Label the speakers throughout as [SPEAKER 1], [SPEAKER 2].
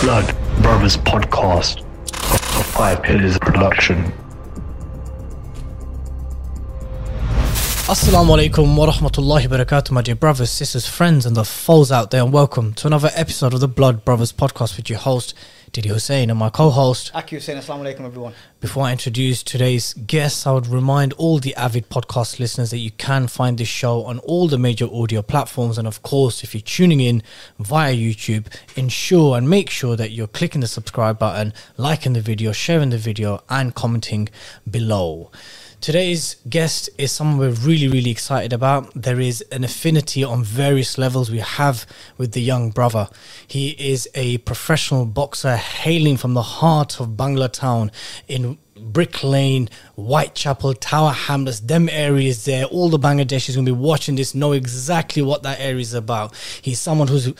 [SPEAKER 1] Blood Brothers Podcast, a Five Pillars production.
[SPEAKER 2] Assalamu alaikum wa rahmatullahi wa barakatuh, my dear brothers, sisters, friends, and the foes out there, and welcome to another episode of the Blood Brothers podcast with your host, Didi Hussein, and my co host.
[SPEAKER 3] Aki Hussein, Assalamu alaikum everyone.
[SPEAKER 2] Before I introduce today's guests, I would remind all the avid podcast listeners that you can find this show on all the major audio platforms. And of course, if you're tuning in via YouTube, ensure and make sure that you're clicking the subscribe button, liking the video, sharing the video, and commenting below. Today's guest is someone we're really, really excited about. There is an affinity on various levels we have with the young brother. He is a professional boxer hailing from the heart of Bangla town in Brick Lane, Whitechapel, Tower Hamlets, them areas there. All the Bangladeshis going to be watching this know exactly what that area is about. He's someone who's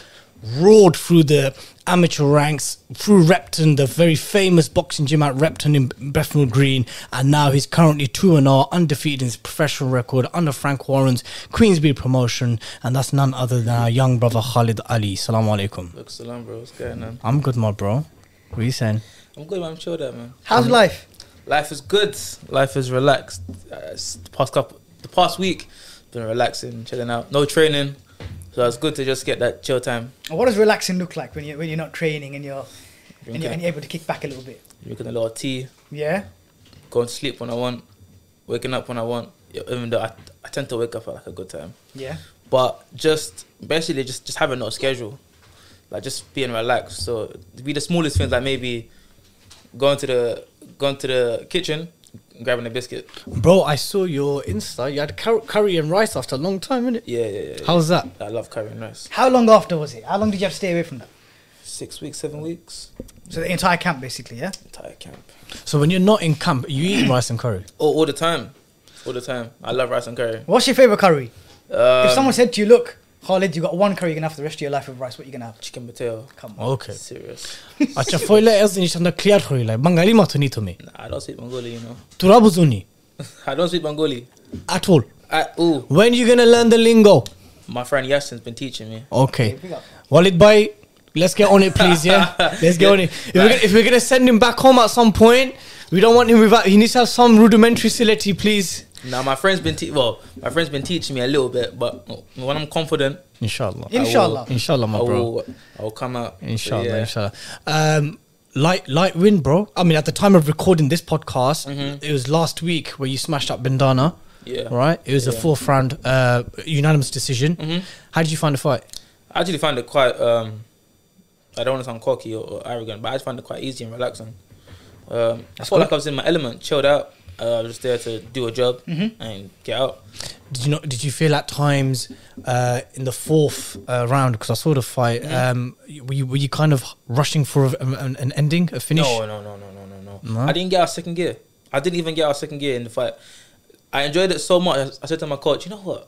[SPEAKER 2] roared through the amateur ranks through Repton, the very famous boxing gym at Repton in Bethnal Green, and now he's currently 2 0, undefeated in his professional record under Frank Warren's Queensbury promotion, and that's none other than our young brother Khalid Ali. Salaam alaikum.
[SPEAKER 4] Look, salam, bro. What's going on?
[SPEAKER 2] I'm good, my bro. What are you saying?
[SPEAKER 4] I'm good, man. I'm chilled out, man.
[SPEAKER 3] How's life?
[SPEAKER 4] Life is good. Life is relaxed. Uh, it's the past couple, the past week, been relaxing, chilling out. No training, so it's good to just get that chill time.
[SPEAKER 3] And what does relaxing look like when you when you're not training and you're and you're, and you're able to kick back a little bit?
[SPEAKER 4] Drinking a lot of tea,
[SPEAKER 3] Yeah.
[SPEAKER 4] going to sleep when I want, waking up when I want. Yeah, Even though I, I tend to wake up at like a good time,
[SPEAKER 3] Yeah.
[SPEAKER 4] but just basically just just having no schedule, like just being relaxed. So it'd be the smallest things, like maybe going to the going to the kitchen, grabbing a biscuit.
[SPEAKER 2] Bro, I saw your Insta. You had cur- curry and rice after a long time, innit?
[SPEAKER 4] Yeah, yeah, yeah. yeah.
[SPEAKER 2] How's that?
[SPEAKER 4] I love curry and rice.
[SPEAKER 3] How long after was it? How long did you have to stay away from that?
[SPEAKER 4] Six weeks, seven weeks.
[SPEAKER 3] So the entire camp, basically, yeah.
[SPEAKER 4] Entire camp.
[SPEAKER 2] So when you're not in camp, you eat rice and curry.
[SPEAKER 4] Oh, all the time. All the time. I love rice and curry.
[SPEAKER 3] What's your favorite curry? if
[SPEAKER 4] Um,
[SPEAKER 3] someone said to you, "Look, Khalid, you got one curry you're gonna have for the rest of your life with rice. What you gonna have?"
[SPEAKER 4] chicken potato.
[SPEAKER 3] Come on.
[SPEAKER 2] Okay.
[SPEAKER 4] Serious.
[SPEAKER 2] আচ্ছা ফইলে age নিশানা clear হইলাই বাঙালি মাথুনি তুমি
[SPEAKER 4] Nah, I don't speak Mongoli, you know.
[SPEAKER 2] তোরা বুঝুনি
[SPEAKER 4] I don't speak Mongoli.
[SPEAKER 2] at all
[SPEAKER 4] I, ooh,
[SPEAKER 2] when you gonna learn the lingo
[SPEAKER 4] my friend Yassin's been teaching me.
[SPEAKER 2] okay
[SPEAKER 3] pick up.
[SPEAKER 2] walid bhai let's get on it please yeah let's get on it if, we're gonna, if we're gonna send him back home at some point we don't want him without he needs to have some rudimentary facility please
[SPEAKER 4] Now my friend's been te- well, my friend's been teaching me a little bit, but when I'm confident,
[SPEAKER 2] inshallah
[SPEAKER 3] Inshallah.
[SPEAKER 2] inshallah
[SPEAKER 4] I
[SPEAKER 2] my bro
[SPEAKER 4] will, I will come out. So,
[SPEAKER 2] Inshallah,
[SPEAKER 4] yeah.
[SPEAKER 2] inshallah. Um, light, light win, bro. I mean, at the time of recording this podcast, it was last week where you smashed up Bindana.
[SPEAKER 4] Mm-hmm. Yeah.
[SPEAKER 2] Right. It was a
[SPEAKER 4] Yeah. Mm-hmm.
[SPEAKER 2] fourth round uh, unanimous decision. How did you find the fight?
[SPEAKER 4] I actually find it quite. Um, I don't want to sound cocky or, or arrogant, but I just find it quite easy and relaxing. Um, I felt like I was in my element, chilled out. Uh, I was just there to do a job and get out.
[SPEAKER 2] Did you not? Did you feel at times uh, in the fourth uh, round? Because I saw the fight. Um, you- were you were you kind of rushing for a, an, an ending, a finish?
[SPEAKER 4] No, no, no, no, no, no, no. I didn't get out of second gear. I didn't even get out of second gear in the fight. I enjoyed it so much. I said to my coach, you know what,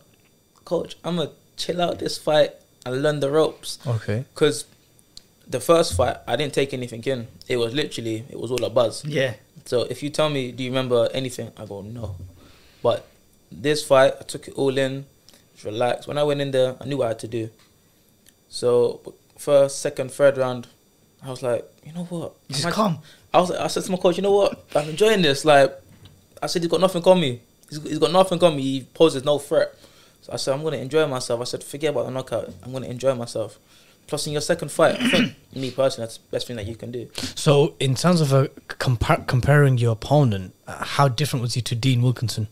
[SPEAKER 4] coach, I'm gonna chill out this fight and learn the ropes.
[SPEAKER 2] Okay.
[SPEAKER 4] Because the first fight, I didn't take anything in. It was literally, it was all a buzz.
[SPEAKER 3] Yeah.
[SPEAKER 4] So if you tell me, do you remember anything? I go, no. But this fight, I took it all in, just relaxed. When I went in there, I knew what I had to do. So first, second, third round, I was like, you know what?
[SPEAKER 3] You just
[SPEAKER 4] I'm act-
[SPEAKER 3] calm.
[SPEAKER 4] I was, I said to my coach, you know what? I'm enjoying this. Like, I said, he's got nothing on me. He's, he's got nothing on me. He poses no threat. So I said, I'm gonna enjoy myself. I said, forget about the knockout. I'm gonna enjoy myself. Plus, in your second fight, I think, me personally, that's the best thing that you can do.
[SPEAKER 2] So in terms of a compar comparing your opponent, uh, how different was he to Dean Wilkinson?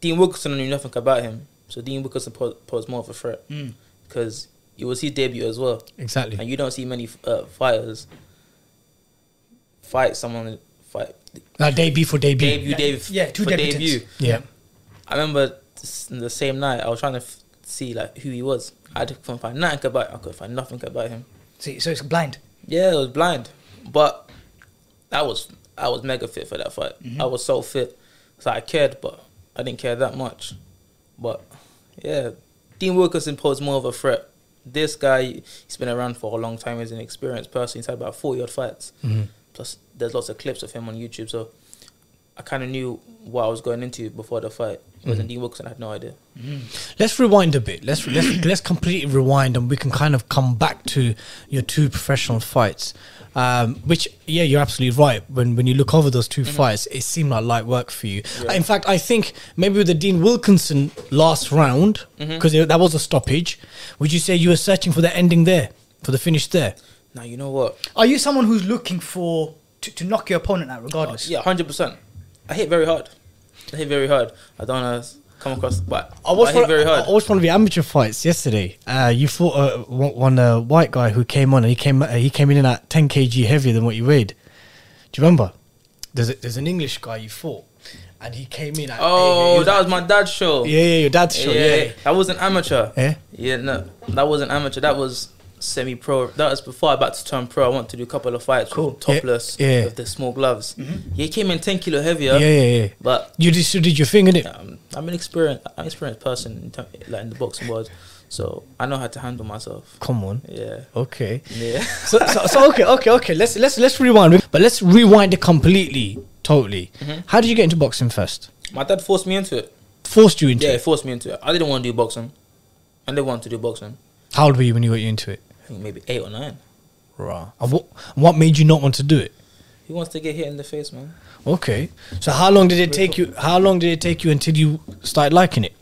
[SPEAKER 4] Dean Wilkinson knew nothing about him, so Dean Wilkinson po- posed more of a threat
[SPEAKER 3] Mm.
[SPEAKER 4] because it was his debut as well,
[SPEAKER 2] Exactly.
[SPEAKER 4] and you don't see many uh, fighters fight someone fight
[SPEAKER 2] Uh, debut for debut.
[SPEAKER 4] debut debut
[SPEAKER 3] yeah, two
[SPEAKER 4] for
[SPEAKER 3] debutants.
[SPEAKER 4] debut.
[SPEAKER 2] Yeah.
[SPEAKER 4] I remember s- the same night I was trying to f- see like who he was. I couldn't find nothing about. I could find nothing about him.
[SPEAKER 3] See, so it's blind.
[SPEAKER 4] Yeah, I was blind, but I was I was mega fit for that fight. I was so fit, so I cared, but I didn't care that much. But yeah, Dean Wilkinson posed more of a threat. This guy, he's been around for a long time. He's an experienced person. He's had about forty odd fights. Plus, there's lots of clips of him on YouTube. So I kind of knew what I was going into before the fight. It wasn't Dean Wilkinson. I had no idea.
[SPEAKER 2] Let's rewind a bit. Let's let's let's completely rewind, and we can kind of come back to your two professional fights. Um, which, yeah, you're absolutely right. When when you look over those 2 fights, it seemed like light work for you. In fact, I think maybe with the Dean Wilkinson last round, because that was a stoppage. Would you say you were searching for the ending there, for the finish there?
[SPEAKER 4] Now you know what?
[SPEAKER 3] Are you someone who's looking for to, to knock your opponent out regardless?
[SPEAKER 4] Yeah, hundred percent. I hit very hard. I hit very hard. I don't wanna s- come across, but
[SPEAKER 2] I watched,
[SPEAKER 4] I hit
[SPEAKER 2] one,
[SPEAKER 4] very hard.
[SPEAKER 2] I watched one of the amateur fights yesterday. Uh, you fought uh, one, one uh, white guy who came on and he came uh, he came in at 10 kg heavier than what you weighed. Do you remember? There's a, there's an English guy you fought, and he came in at. he
[SPEAKER 4] Oh,
[SPEAKER 2] was
[SPEAKER 4] that
[SPEAKER 2] like-
[SPEAKER 4] was my dad's show.
[SPEAKER 2] yeah, yeah, your dad's show. Yeah, Eh? yeah.
[SPEAKER 4] that was an amateur.
[SPEAKER 2] Yeah?
[SPEAKER 4] yeah, no, that wasn't amateur. That was semi-pro. That was before I about to turn pro. I wanted to do a couple of fights, cool,
[SPEAKER 2] Yeah,
[SPEAKER 4] topless,
[SPEAKER 2] yeah. Mm-hmm.
[SPEAKER 4] with the small gloves. Yeah, he came in ten kilo heavier.
[SPEAKER 2] Yeah, yeah, yeah.
[SPEAKER 4] but
[SPEAKER 2] You just you did your thing, innit?
[SPEAKER 4] um, I'm an experienced, I'm an experienced person in, term, like in the boxing world, so I know how to handle myself.
[SPEAKER 2] Come on.
[SPEAKER 4] Yeah,
[SPEAKER 2] Okay.
[SPEAKER 4] yeah.
[SPEAKER 2] so, so, so okay, okay, okay. Let's let's let's rewind, but let's rewind it completely, totally.
[SPEAKER 4] Mm-hmm.
[SPEAKER 2] How did you get into boxing first?
[SPEAKER 4] my dad forced me into it.
[SPEAKER 2] Forced you into
[SPEAKER 4] Yeah, he
[SPEAKER 2] it.
[SPEAKER 4] forced me into it. I didn't want to do boxing. I didn't want to do boxing.
[SPEAKER 2] How old were you when you got you into it?
[SPEAKER 4] I think maybe eight or nine.
[SPEAKER 2] Right. And what what made you not want to do it?
[SPEAKER 4] He wants to get hit in the face, man.
[SPEAKER 2] Okay. So how long did it take you? How long did it take you until you started liking it?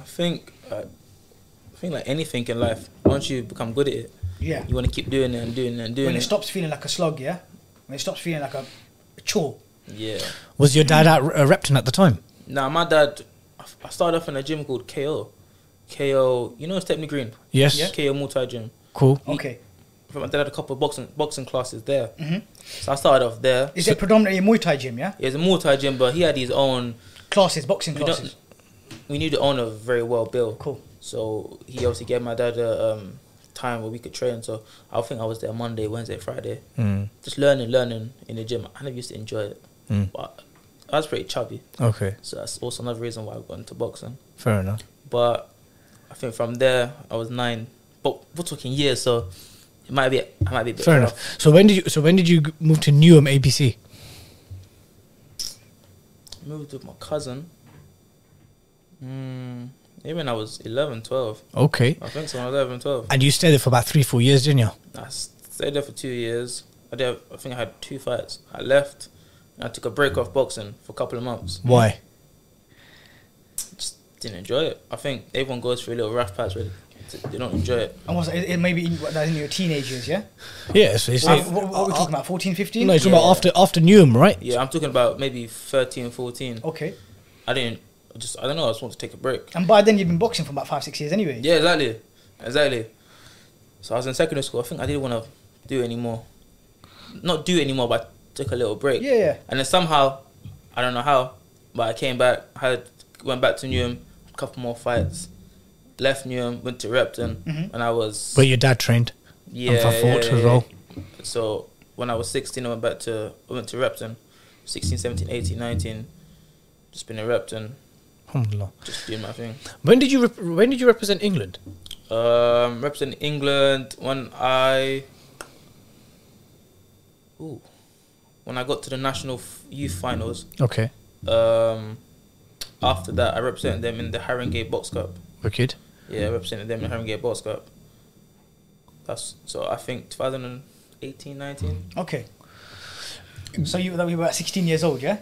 [SPEAKER 4] I think, uh, I think like anything in life, once you become good at it,
[SPEAKER 3] Yeah.
[SPEAKER 4] you want to keep doing it and doing it and doing
[SPEAKER 3] When it
[SPEAKER 4] it.
[SPEAKER 3] stops feeling like a slog, yeah. When it stops feeling like a, a chore.
[SPEAKER 4] Yeah.
[SPEAKER 2] Was your dad at uh, Repton at the time?
[SPEAKER 4] Now my dad, I f- I started off in a gym called KO. KO, you know Stepney Green.
[SPEAKER 2] Yes.
[SPEAKER 4] KO Muay Thai gym.
[SPEAKER 2] Cool.
[SPEAKER 3] Okay.
[SPEAKER 4] My dad had a couple of boxing boxing classes there, so I started off there.
[SPEAKER 3] Mm-hmm. Is it predominantly a Muay Thai gym, yeah?
[SPEAKER 4] It was a Muay Thai gym, but he had his own
[SPEAKER 3] Classes, boxing
[SPEAKER 4] we
[SPEAKER 3] classes.
[SPEAKER 4] don't. We knew the owner very well, Bill.
[SPEAKER 3] Cool.
[SPEAKER 4] So he obviously gave my dad a um, time where we could train. So I think I was there Monday, Wednesday, Friday,
[SPEAKER 2] Mm.
[SPEAKER 4] just learning, learning in the gym. I never used to enjoy it, but I was pretty chubby,
[SPEAKER 2] Okay.
[SPEAKER 4] so that's also another reason why I got into boxing.
[SPEAKER 2] Fair enough.
[SPEAKER 4] But I think from there I was nine, but we're talking years, so it might be I might be a bit
[SPEAKER 2] Fair
[SPEAKER 4] rough.
[SPEAKER 2] enough. So when did you? So when did you g- move to Newham ABC?
[SPEAKER 4] Moved with my cousin. Mm, maybe when I was 11, 12.
[SPEAKER 2] Okay.
[SPEAKER 4] I think so. When I was 11, 12.
[SPEAKER 2] And you stayed there for about three, four years, didn't you?
[SPEAKER 4] I stayed there for two years. I did. I think I had two fights. I left. And I took a break off boxing for a couple of months.
[SPEAKER 2] Why?
[SPEAKER 4] Just didn't enjoy it. I think everyone goes through a little rough patch where they- they don't enjoy it.
[SPEAKER 3] And was it, it maybe in, what, that in your teenage years, yeah?
[SPEAKER 2] Yeah. So it's
[SPEAKER 3] What,
[SPEAKER 2] like,
[SPEAKER 3] what, what are we talking about? 14, 15?
[SPEAKER 2] no, it's
[SPEAKER 4] Yeah.
[SPEAKER 2] about after after Newham, right?
[SPEAKER 4] Yeah, I'm talking about maybe 13, 14.
[SPEAKER 3] Okay.
[SPEAKER 4] I didn't. I just I don't know. I just wanted to take a break.
[SPEAKER 3] And by then you'd been boxing for about five, six years anyway.
[SPEAKER 4] Yeah, exactly, exactly. So I was in secondary school. I think I didn't want to do it anymore. Not do it anymore, but I took a little break.
[SPEAKER 3] Yeah, yeah.
[SPEAKER 4] And then somehow, I don't know how, but I came back, had went back to Newham, a couple more fights, left Newham, went to Repton, and I was
[SPEAKER 2] But your dad trained.
[SPEAKER 4] yeah,
[SPEAKER 2] and for Fort
[SPEAKER 4] yeah,
[SPEAKER 2] as
[SPEAKER 4] yeah.
[SPEAKER 2] well.
[SPEAKER 4] So when I was 16, I went back to I went to Repton, 16, 17, 18, 19, just been in Repton,
[SPEAKER 2] Alhamdulillah.
[SPEAKER 4] just doing my thing.
[SPEAKER 2] When did you? Rep- when did you represent England?
[SPEAKER 4] Um, represent England when I. Ooh, when I got to the national f- youth finals.
[SPEAKER 2] Okay.
[SPEAKER 4] Um, after that, I represented them in the Haringey Box Cup.
[SPEAKER 2] Wicked.
[SPEAKER 4] Yeah, I represented them in the Haringey Box Cup. That's so. I think 2018, 19
[SPEAKER 3] Okay. So you, that we were at 16 years old, yeah?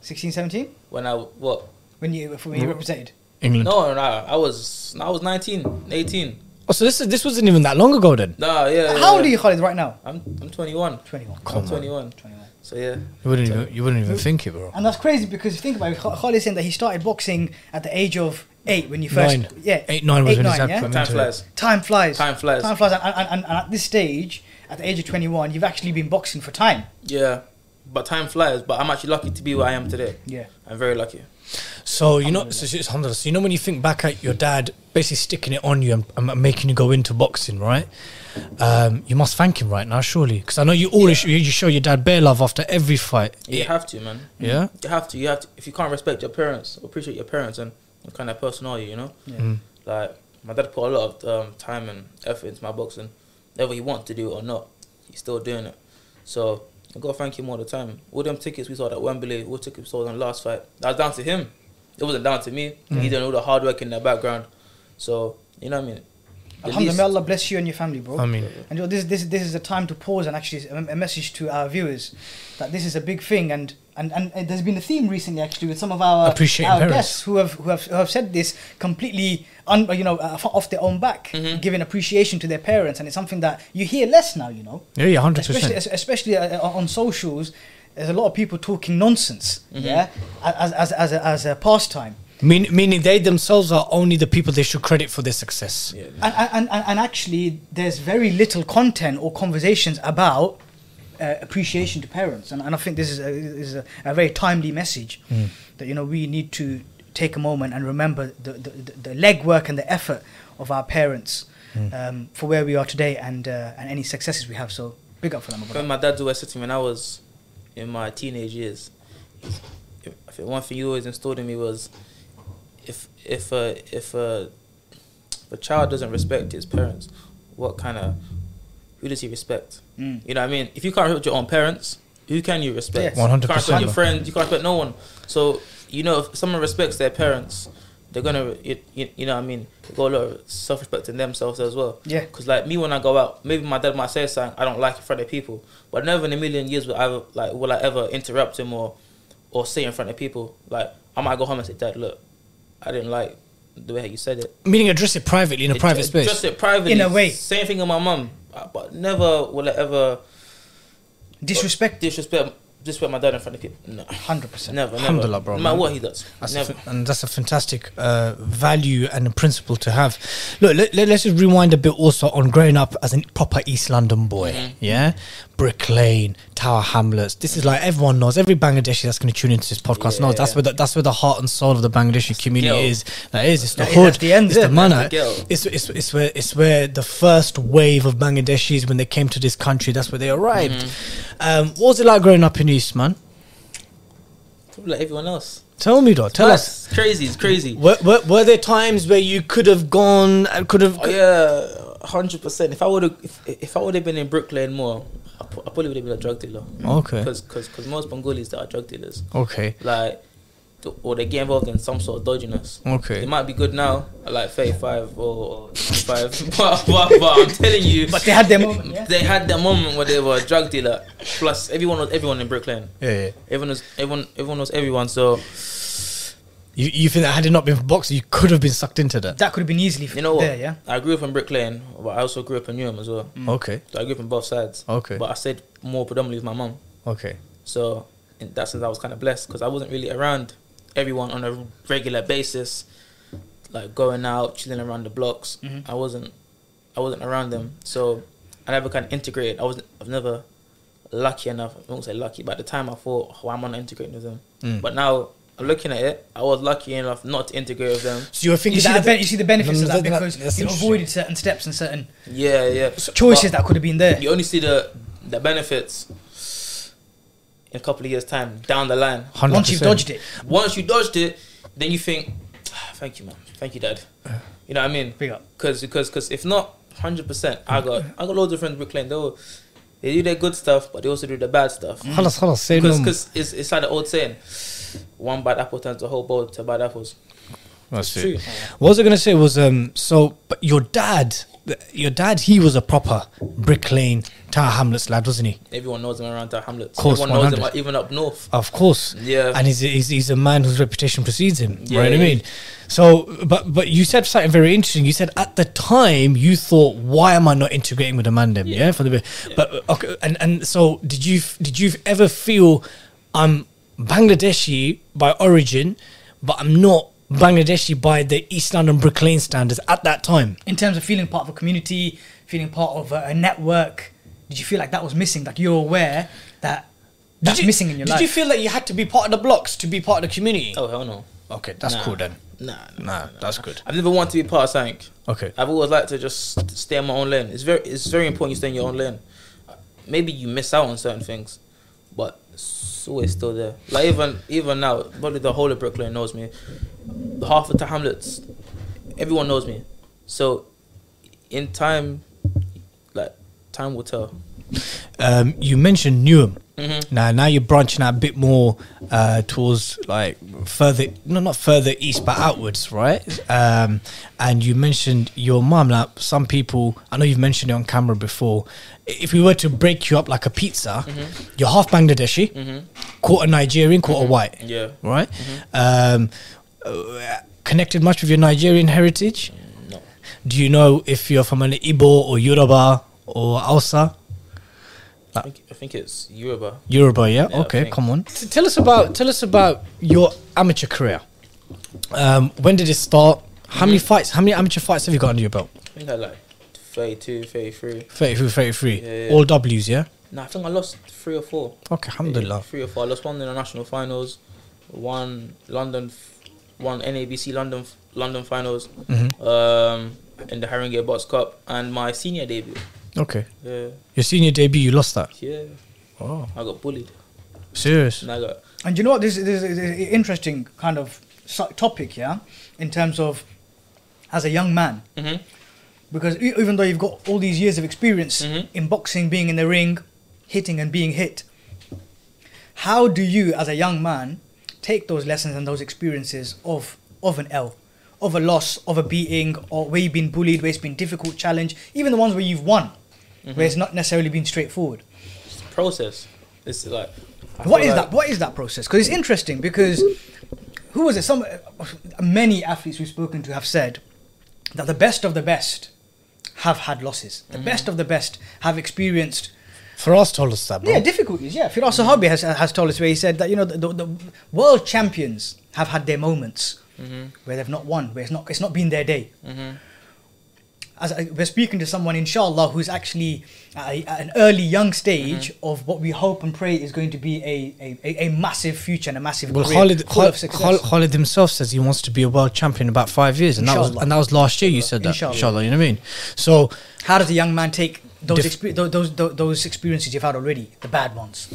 [SPEAKER 3] 16, 17?
[SPEAKER 4] when I what?
[SPEAKER 3] When you, when you
[SPEAKER 2] Mm-hmm.
[SPEAKER 3] represented?
[SPEAKER 2] England.
[SPEAKER 4] No, no, I was I was 19, 18.
[SPEAKER 2] Oh, so this is this wasn't even that long ago then.
[SPEAKER 4] Nah,
[SPEAKER 2] Uh,
[SPEAKER 4] yeah. yeah,
[SPEAKER 3] How old are
[SPEAKER 4] yeah.
[SPEAKER 3] you, Khalid, right now?
[SPEAKER 4] I'm I'm 21.
[SPEAKER 3] 21.
[SPEAKER 2] Come
[SPEAKER 4] I'm
[SPEAKER 2] on.
[SPEAKER 4] 21.
[SPEAKER 3] 21.
[SPEAKER 4] So yeah.
[SPEAKER 2] You wouldn't even you wouldn't even think it, bro.
[SPEAKER 3] And that's crazy because if you think about it, Kha- Khalid's saying that he started boxing at the age of eight when you first.
[SPEAKER 2] Nine.
[SPEAKER 3] Yeah.
[SPEAKER 2] Eight, nine was when his dad put him
[SPEAKER 4] Time
[SPEAKER 2] into it.
[SPEAKER 4] flies.
[SPEAKER 3] Time flies.
[SPEAKER 4] Time flies.
[SPEAKER 3] Time flies. And, and, and, and at this stage, at the age of 21, you've actually been boxing for time.
[SPEAKER 4] Yeah, but time flies. But I'm actually lucky to be where I am today.
[SPEAKER 3] Yeah.
[SPEAKER 4] I'm very lucky.
[SPEAKER 2] So you know, so, so, it's alhamdulillah. so you know when you think back at your dad basically sticking it on you and, and making you go into boxing, right? Um, you must thank him right now, surely, because I know you always you you show your dad bare love after every fight.
[SPEAKER 4] You have to, man.
[SPEAKER 2] Yeah?
[SPEAKER 4] You have to. You have to. If you can't respect your parents, appreciate your parents, and what kind of person are you? You know.
[SPEAKER 3] Yeah.
[SPEAKER 4] Like my dad put a lot of um, time and effort into my boxing, whether he wanted to do it or not, he's still doing it. So I gotta thank him all the time. All them tickets we sold at Wembley, all tickets we sold in the last fight, that was down to him. It wasn't down to me. He did all the hard work in the background. So, you know what I mean? The
[SPEAKER 3] Alhamdulillah, may
[SPEAKER 4] least-
[SPEAKER 3] Allah bless you and your family, bro.
[SPEAKER 2] I mean,
[SPEAKER 3] And you know, this this this is a time to pause and actually um, a, a message to our viewers that this is a big thing and. And, and, and there's been a theme recently, actually, with some of our,
[SPEAKER 2] Appreciate
[SPEAKER 3] our
[SPEAKER 2] parents.
[SPEAKER 3] guests who have, who have who have said this completely, un, you know, uh, off their own back, giving appreciation to their parents, and it's something that you hear less now, you know
[SPEAKER 2] yeah, yeah, hundred
[SPEAKER 3] especially
[SPEAKER 2] percent.
[SPEAKER 3] es- especially uh, uh, on socials there's a lot of people talking nonsense yeah as as as a, as a pastime
[SPEAKER 2] Mean, meaning they themselves are only the people they should credit for their success.
[SPEAKER 4] Yeah.
[SPEAKER 3] and, and and and actually there's very little content or conversations about uh, appreciation to parents and, and i think this is a, is a, a very timely message
[SPEAKER 2] Mm.
[SPEAKER 3] that you know we need to take a moment and remember the the, the, the legwork and the effort of our parents
[SPEAKER 2] Mm.
[SPEAKER 3] um, for where we are today and uh, and any successes we have so big up for them my brother.
[SPEAKER 4] When my dad's always said to me when I was in my teenage years, he's- I think one thing he always instilled in me was if if a if a if a child doesn't respect his parents, what kind of who does he respect?
[SPEAKER 3] Mm.
[SPEAKER 4] You know what I mean? If you can't respect your own parents, who can you
[SPEAKER 3] Yes.
[SPEAKER 4] respect? You can't
[SPEAKER 2] 100%.
[SPEAKER 4] respect your friends. You can't respect no one. So you know, if someone respects their parents, they're gonna you, you, you know what I mean. They got a lot of self respect in themselves as well.
[SPEAKER 3] Yeah.
[SPEAKER 4] Because like me, when I go out, maybe my dad might say something I don't like in front of people, but never in a million years will I like will I ever interrupt him or or say in front of people. Like I might go home and say, Dad, look, I didn't like the way you said it.
[SPEAKER 2] Meaning address it privately in a
[SPEAKER 4] It-
[SPEAKER 2] private
[SPEAKER 4] it-
[SPEAKER 2] space.
[SPEAKER 4] Just it privately.
[SPEAKER 3] In a way.
[SPEAKER 4] Same thing with my mum, uh, but never will I ever
[SPEAKER 3] disrespect
[SPEAKER 4] disrespect disrespect my dad in front of people. No.
[SPEAKER 3] 100%
[SPEAKER 4] Never, never.
[SPEAKER 2] Alhamdulillah, bro,
[SPEAKER 4] no matter
[SPEAKER 2] man.
[SPEAKER 4] what he does.
[SPEAKER 2] That's a
[SPEAKER 4] never.
[SPEAKER 2] fa- and that's a fantastic uh, value and a principle to have. Look, let, let, us just rewind a bit also on growing up as a proper East London boy.
[SPEAKER 3] Mm-hmm.
[SPEAKER 2] Yeah, Brick Lane, Tower Hamlets. This is like everyone knows. Every Bangladeshi that's going to tune into this podcast knows that's
[SPEAKER 4] Yeah.
[SPEAKER 2] where the, that's where the heart and soul of the Bangladeshi community
[SPEAKER 4] ghetto.
[SPEAKER 2] is. That is, it's the
[SPEAKER 3] That is,
[SPEAKER 2] hood,
[SPEAKER 3] that's the end,
[SPEAKER 2] it's the
[SPEAKER 3] isn't it?
[SPEAKER 2] manor.
[SPEAKER 4] That's the ghetto.
[SPEAKER 2] It's, it's, it's where it's where the first wave of Bangladeshis when they came to this country. That's where they arrived.
[SPEAKER 3] Mm-hmm.
[SPEAKER 2] Um, what was it like growing up in East, man?
[SPEAKER 4] Probably like everyone else.
[SPEAKER 2] Tell me though. Tell us.
[SPEAKER 4] It's crazy. It's crazy.
[SPEAKER 2] Were, were, were there times where you could have gone and could have?
[SPEAKER 4] Oh, yeah, hundred percent. If I would have, if, if I would have been in Brooklyn more, I, pro- I probably would have been a drug dealer.
[SPEAKER 2] Okay.
[SPEAKER 4] Because because most Bengalis that are drug dealers,
[SPEAKER 2] Okay.
[SPEAKER 4] like, th- or they get involved in some sort of dodginess.
[SPEAKER 2] Okay.
[SPEAKER 4] It might be good now, at like thirty-five or, or five, but, but, but I'm telling you,
[SPEAKER 3] But they had their moment, yeah?
[SPEAKER 4] They had their moment where they were a drug dealer. Plus, everyone was everyone in Brooklyn.
[SPEAKER 2] Yeah. yeah.
[SPEAKER 4] Everyone was everyone everyone was everyone. So
[SPEAKER 2] You, you think that had it not been for boxing, you could have been sucked into that?
[SPEAKER 3] that could have been easily
[SPEAKER 4] you know what?
[SPEAKER 3] there yeah Mm.
[SPEAKER 4] I grew up in Brick Lane, but I also grew up in Newham as well.
[SPEAKER 2] Okay.
[SPEAKER 4] So I grew up on both sides.
[SPEAKER 2] Okay.
[SPEAKER 4] But I stayed more predominantly with my mum.
[SPEAKER 2] Okay.
[SPEAKER 4] So in that sense, I was kind of blessed because I wasn't really around everyone on a regular basis, like going out, chilling around the blocks.
[SPEAKER 3] Mm-hmm.
[SPEAKER 4] I wasn't, I wasn't around them. So I never kind of integrated. I wasn't. I've never lucky enough. I won't say lucky, but at the time I thought, oh, I'm not integrating with them.
[SPEAKER 3] Mm.
[SPEAKER 2] Mm.
[SPEAKER 4] But now looking at it, I was lucky enough not to integrate with them.
[SPEAKER 2] So you were
[SPEAKER 3] you,
[SPEAKER 2] thinking
[SPEAKER 3] see
[SPEAKER 2] that
[SPEAKER 3] the ben- you see the benefits of that
[SPEAKER 2] That's
[SPEAKER 3] because you
[SPEAKER 2] interesting.
[SPEAKER 3] avoided certain steps and certain
[SPEAKER 4] Yeah, yeah.
[SPEAKER 3] choices
[SPEAKER 4] But-
[SPEAKER 3] that could have been there
[SPEAKER 4] you only see the the benefits in a couple of years time down the line
[SPEAKER 2] 100%.
[SPEAKER 3] once you've dodged it
[SPEAKER 4] once you dodged it then you think "Ah, thank you man thank you dad you know what i mean
[SPEAKER 3] big up
[SPEAKER 4] because because because if not 100% i got i got loads of friends in brooklyn they all, they do their good stuff but they also do the bad stuff
[SPEAKER 2] Halas, halas, say no.
[SPEAKER 4] because
[SPEAKER 2] more.
[SPEAKER 4] because it's, it's like the old saying one bad apple turns a whole bowl to bad apples
[SPEAKER 2] That's
[SPEAKER 4] It's
[SPEAKER 2] it. What was I gonna say was um so but your dad th- your dad he was a proper Brick Lane Tower Hamlets lad wasn't he?
[SPEAKER 4] everyone knows them around our hamlets
[SPEAKER 2] Course,
[SPEAKER 4] everyone knows
[SPEAKER 2] 100.
[SPEAKER 4] them even up north
[SPEAKER 2] Of course.
[SPEAKER 4] Yeah.
[SPEAKER 2] And he's, he's, he's a man whose reputation precedes him.
[SPEAKER 4] Yeah,
[SPEAKER 2] right? I
[SPEAKER 4] yeah.
[SPEAKER 2] mean, so but but you said something very interesting. You said at the time you thought, why am I not integrating with Amanda? Yeah. yeah, for the bit. But uh, okay, and and so did you did you ever feel I'm Bangladeshi by origin, but I'm not Bangladeshi by the East London Brick Lane standards at that time?
[SPEAKER 3] in terms of feeling part of a community feeling part of a, a network did you feel like that was missing like you're aware that that's
[SPEAKER 2] you-
[SPEAKER 3] missing in your
[SPEAKER 2] did
[SPEAKER 3] life
[SPEAKER 2] you feel that you had to be part of the blocks to be part of the community?
[SPEAKER 4] oh hell no
[SPEAKER 2] Okay, that's
[SPEAKER 4] Nah.
[SPEAKER 2] cool then.
[SPEAKER 4] nah nah
[SPEAKER 2] Nah, that's good.
[SPEAKER 4] I've never wanted to be part of something.
[SPEAKER 2] Okay.
[SPEAKER 4] I've always liked to just stay in my own lane. It's very, it's very important you stay in your own lane. Maybe you miss out on certain things, but it's always still there. Like even, even now, probably the whole of Brooklyn knows me. Half of the Hamlets, everyone knows me. So, in time, like time will tell.
[SPEAKER 2] Um, you mentioned Newham. Now, now you're branching out a bit more uh, towards like further, no, not further east, but outwards, right? Um, and you mentioned your mum. Now, some people, I know you've mentioned it on camera before. If we were to break you up like a pizza, you're half Bangladeshi, quarter Nigerian, quarter white.
[SPEAKER 4] Yeah.
[SPEAKER 2] Right. Um, uh, connected much with your Nigerian heritage?
[SPEAKER 4] No.
[SPEAKER 2] Do you know if you're from an Igbo or Yoruba or Hausa?
[SPEAKER 4] I think, I think it's Yoruba.
[SPEAKER 2] Yoruba, yeah.
[SPEAKER 4] Yeah, I
[SPEAKER 2] okay,
[SPEAKER 4] think.
[SPEAKER 2] come on. T- tell us about tell us about your amateur career. Um, when did it start? How many fights? How many amateur fights have you got under your belt?
[SPEAKER 4] I think I had like 32, 33.
[SPEAKER 2] 32, 33.
[SPEAKER 4] Yeah, yeah.
[SPEAKER 2] All W's, yeah.
[SPEAKER 4] No, I think I lost three or four.
[SPEAKER 2] Okay, alhamdulillah.
[SPEAKER 4] Three or four. I lost one in the national finals, one London, f- one NABC London f- London finals, um, in the Haringey Box Cup, and my senior debut.
[SPEAKER 2] Okay,
[SPEAKER 4] Yeah,
[SPEAKER 2] your senior debut, you lost that.
[SPEAKER 4] yeah.
[SPEAKER 2] Oh,
[SPEAKER 4] I got bullied.
[SPEAKER 2] serious?
[SPEAKER 4] And I got
[SPEAKER 3] And you know what? This is, this is an interesting kind of su- topic, yeah, in terms of as a young man,
[SPEAKER 4] Mhm.
[SPEAKER 3] because e- even though you've got all these years of experience
[SPEAKER 4] Mhm.
[SPEAKER 3] in boxing, being in the ring, hitting and being hit, how do you, as a young man, take those lessons and those experiences of of an L, of a loss, of a beating, or where you've been bullied, where it's been difficult challenge, even the ones where you've won, where it's not necessarily been straightforward.
[SPEAKER 4] process. It's like I
[SPEAKER 3] What
[SPEAKER 4] feel
[SPEAKER 3] is
[SPEAKER 4] like-
[SPEAKER 3] that? What is that process? Because it's interesting. Because who was it? Some many athletes we've spoken to have said that the best of the best have had losses.
[SPEAKER 4] Mm-hmm.
[SPEAKER 3] The best of the best have experienced
[SPEAKER 2] Faraz told us that, bro.
[SPEAKER 3] yeah difficulties. Yeah, Firas Sahabi has, has told us where he said that you know the, the, the world champions have had their moments
[SPEAKER 2] Mm-hmm.
[SPEAKER 3] where they've not won, where it's not it's not been their day. As I, we're speaking to someone, inshallah, who's actually at, a, at an early young stage
[SPEAKER 2] Mm-hmm.
[SPEAKER 3] of what we hope and pray is going to be a, a, a, a massive future and a massive
[SPEAKER 2] Well,
[SPEAKER 3] career
[SPEAKER 2] Khalid,
[SPEAKER 3] full
[SPEAKER 2] Khal-
[SPEAKER 3] of success.
[SPEAKER 2] Khal- Khalid himself says he wants to be a world champion in about five years, and that was
[SPEAKER 3] Inshallah.
[SPEAKER 2] and that was last year. You said that,
[SPEAKER 3] Inshallah.
[SPEAKER 2] inshallah. You know what I mean? So
[SPEAKER 3] How does a young man take those,
[SPEAKER 2] Dif-
[SPEAKER 3] expe- those, those, those, those experiences you've had already, the bad ones?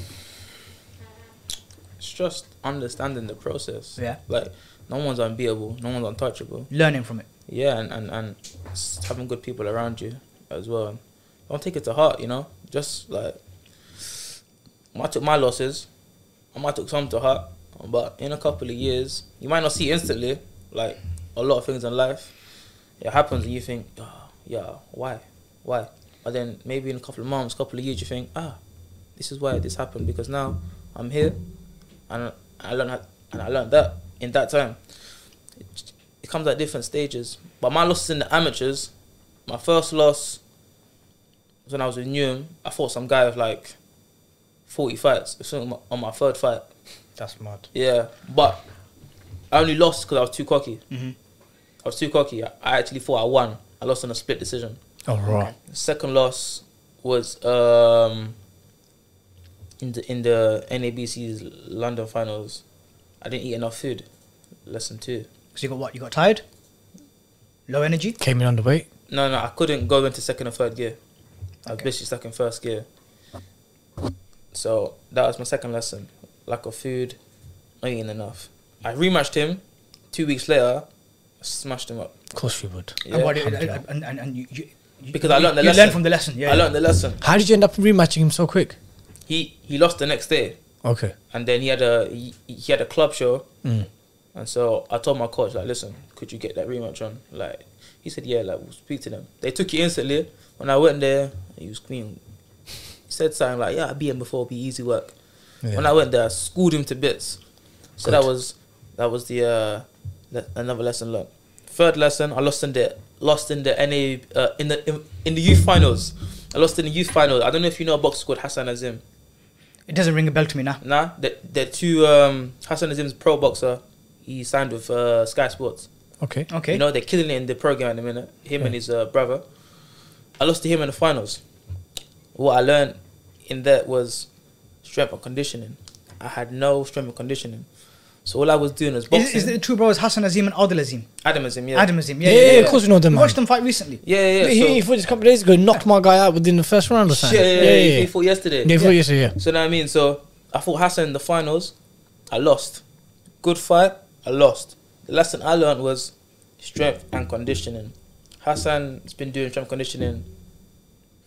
[SPEAKER 4] It's just understanding the process.
[SPEAKER 3] Yeah.
[SPEAKER 4] Like no one's unbeatable. No one's untouchable.
[SPEAKER 3] Learning from it.
[SPEAKER 4] Yeah, and and, and s- having good people around you as well. Don't take it to heart. You know, just like I took my losses. I might took some to heart, but in a couple of years, you might not see instantly. Like a lot of things in life, it happens, and you think, oh, yeah, why, why? But then maybe in a couple of months, couple of years, you think, ah, this is why this happened because now I'm here, and I learned how- and I learned that in that time. It, it comes at different stages. But my losses in the amateurs, my first loss was when I was with Newham. I fought some guy with like forty fights. It's on my- on my third fight.
[SPEAKER 2] that's mad.
[SPEAKER 4] Yeah, but I only lost because I was too cocky. I was too cocky. I, I actually thought I won. I lost on a split decision.
[SPEAKER 2] All right.
[SPEAKER 4] Second loss was um, in the in the NABC's London finals. I didn't eat enough food. Lesson two.
[SPEAKER 3] So you got what? You got tired? Low energy?
[SPEAKER 2] Came in underweight.
[SPEAKER 4] No, no, I couldn't go into second or third gear. I was
[SPEAKER 3] Okay.
[SPEAKER 4] basically stuck in first gear. So that was my second lesson: lack of food, not eating enough. I rematched him. Two weeks later, smashed him up.
[SPEAKER 2] Of course we would.
[SPEAKER 4] Yeah.
[SPEAKER 3] And, what, and,
[SPEAKER 2] Alhamdulillah.
[SPEAKER 3] and, and, and you, you, you-
[SPEAKER 4] Because I learned the
[SPEAKER 3] you
[SPEAKER 4] lesson.
[SPEAKER 3] learn from the lesson. Yeah,
[SPEAKER 4] I
[SPEAKER 3] yeah.
[SPEAKER 4] learned the lesson.
[SPEAKER 2] How did you end up rematching him so quick?
[SPEAKER 4] He he lost the next day,
[SPEAKER 2] Okay.
[SPEAKER 4] and then he had a he, he had a club show,
[SPEAKER 2] Mm.
[SPEAKER 4] and so I told my coach like, listen, could you get that rematch on? Like, he said, yeah, like we'll speak to them. They took it instantly. When I went there, he was clean. He said something like, yeah, I beat him before, it'll be easy work.
[SPEAKER 2] Yeah.
[SPEAKER 4] When I went there, I schooled him to bits. So
[SPEAKER 2] Good.
[SPEAKER 4] that was that was the uh, le- another lesson learned. Third lesson, I lost in the lost in the NA uh, in the in, in the youth finals. I lost in the youth finals. I don't know if you know a boxer called Hassan Azim.
[SPEAKER 3] It doesn't ring a bell to me now.
[SPEAKER 4] Nah, the the two um, Hassan Azim's pro boxer. He signed with uh, Sky Sports.
[SPEAKER 2] okay.
[SPEAKER 3] Okay.
[SPEAKER 4] You know they're killing it in the program at the minute. Him and his uh, brother. I lost to him in the finals. What I learned in that was strength and conditioning. I had no strength and conditioning, so all I was doing was boxing.
[SPEAKER 3] is, is the two brothers Hassan Azim and Adil Azim?
[SPEAKER 4] Adam Azim, yeah.
[SPEAKER 3] Adam Azim, yeah,
[SPEAKER 2] Yeah,
[SPEAKER 3] yeah,
[SPEAKER 2] yeah,
[SPEAKER 3] yeah.
[SPEAKER 2] of course we know them,
[SPEAKER 3] We
[SPEAKER 2] man.
[SPEAKER 3] watched them fight recently.
[SPEAKER 4] Yeah, yeah.
[SPEAKER 2] he,
[SPEAKER 4] so,
[SPEAKER 2] he fought just a couple of days ago, knocked my guy out within the first round or something.
[SPEAKER 4] yeah, yeah, yeah,
[SPEAKER 2] yeah.
[SPEAKER 4] He fought yesterday.
[SPEAKER 2] They fought
[SPEAKER 3] Yeah.
[SPEAKER 2] yesterday, yeah.
[SPEAKER 4] So know what I mean? So I fought Hassan in the finals. I lost. Good fight. I lost. The lesson I learned was strength and conditioning. Hassan's been doing strength conditioning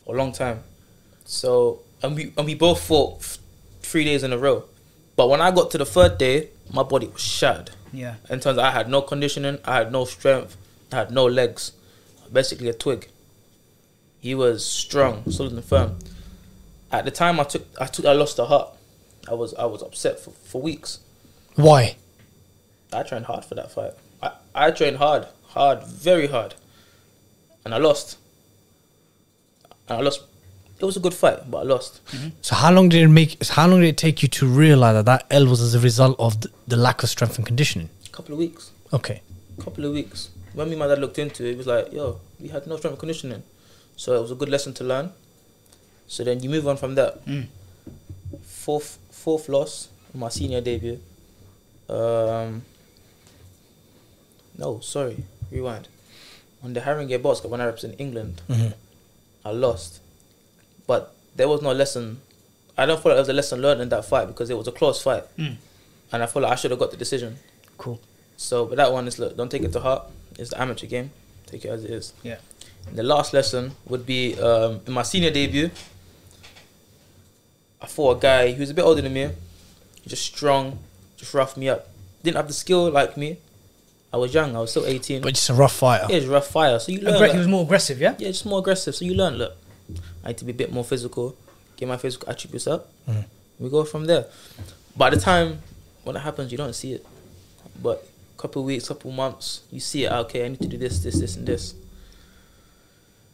[SPEAKER 4] for a long time. So and we and we both fought f- three days in a row. But when I got to the third day, my body was shattered.
[SPEAKER 3] Yeah.
[SPEAKER 4] In terms, of I had no conditioning, I had no strength, I had no legs, basically a twig. He was strong, solid and firm. At the time, I took, I took, I lost a heart. I was, I was upset for, for weeks.
[SPEAKER 2] Why?
[SPEAKER 4] I trained hard for that fight. I, I trained hard, hard, very hard, and I lost. And I lost. It was a good fight, but I lost.
[SPEAKER 2] So how long did it make? so How long did it take you to realize that that L was as a result of the, the lack of strength and conditioning?
[SPEAKER 4] A couple of weeks.
[SPEAKER 2] Okay.
[SPEAKER 4] couple of weeks. When me and my dad looked into it, it was like, yo, we had no strength and conditioning. So it was a good lesson to learn. So then you move on from that. Fourth fourth loss, my senior debut. Um, no, sorry, rewind. On the Haringey Box Cup when I represent England, I lost. But there was no lesson. I don't feel like there was a lesson learned in that fight because it was a close fight. And I feel like I should have got the decision.
[SPEAKER 3] Cool.
[SPEAKER 4] So, but that one is look, don't take it to heart. It's the amateur game. Take it as it is.
[SPEAKER 3] Yeah.
[SPEAKER 4] And the last lesson would be um, in my senior debut. I fought a guy who was a bit older than me, just strong, just roughed me up. Didn't have the skill like me. I was young. I was still eighteen.
[SPEAKER 2] But just a rough fighter.
[SPEAKER 4] yeah, just rough fire. So you learn.
[SPEAKER 3] Aggra- he
[SPEAKER 4] like-
[SPEAKER 3] was more aggressive, yeah?
[SPEAKER 4] yeah, just more aggressive. So you learn, look, I need to be a bit more physical, get my physical attributes up. We go from there. By the time when it happens, you don't see it. But couple weeks, couple months, you see it. Okay, I need to do this, this, this, and this.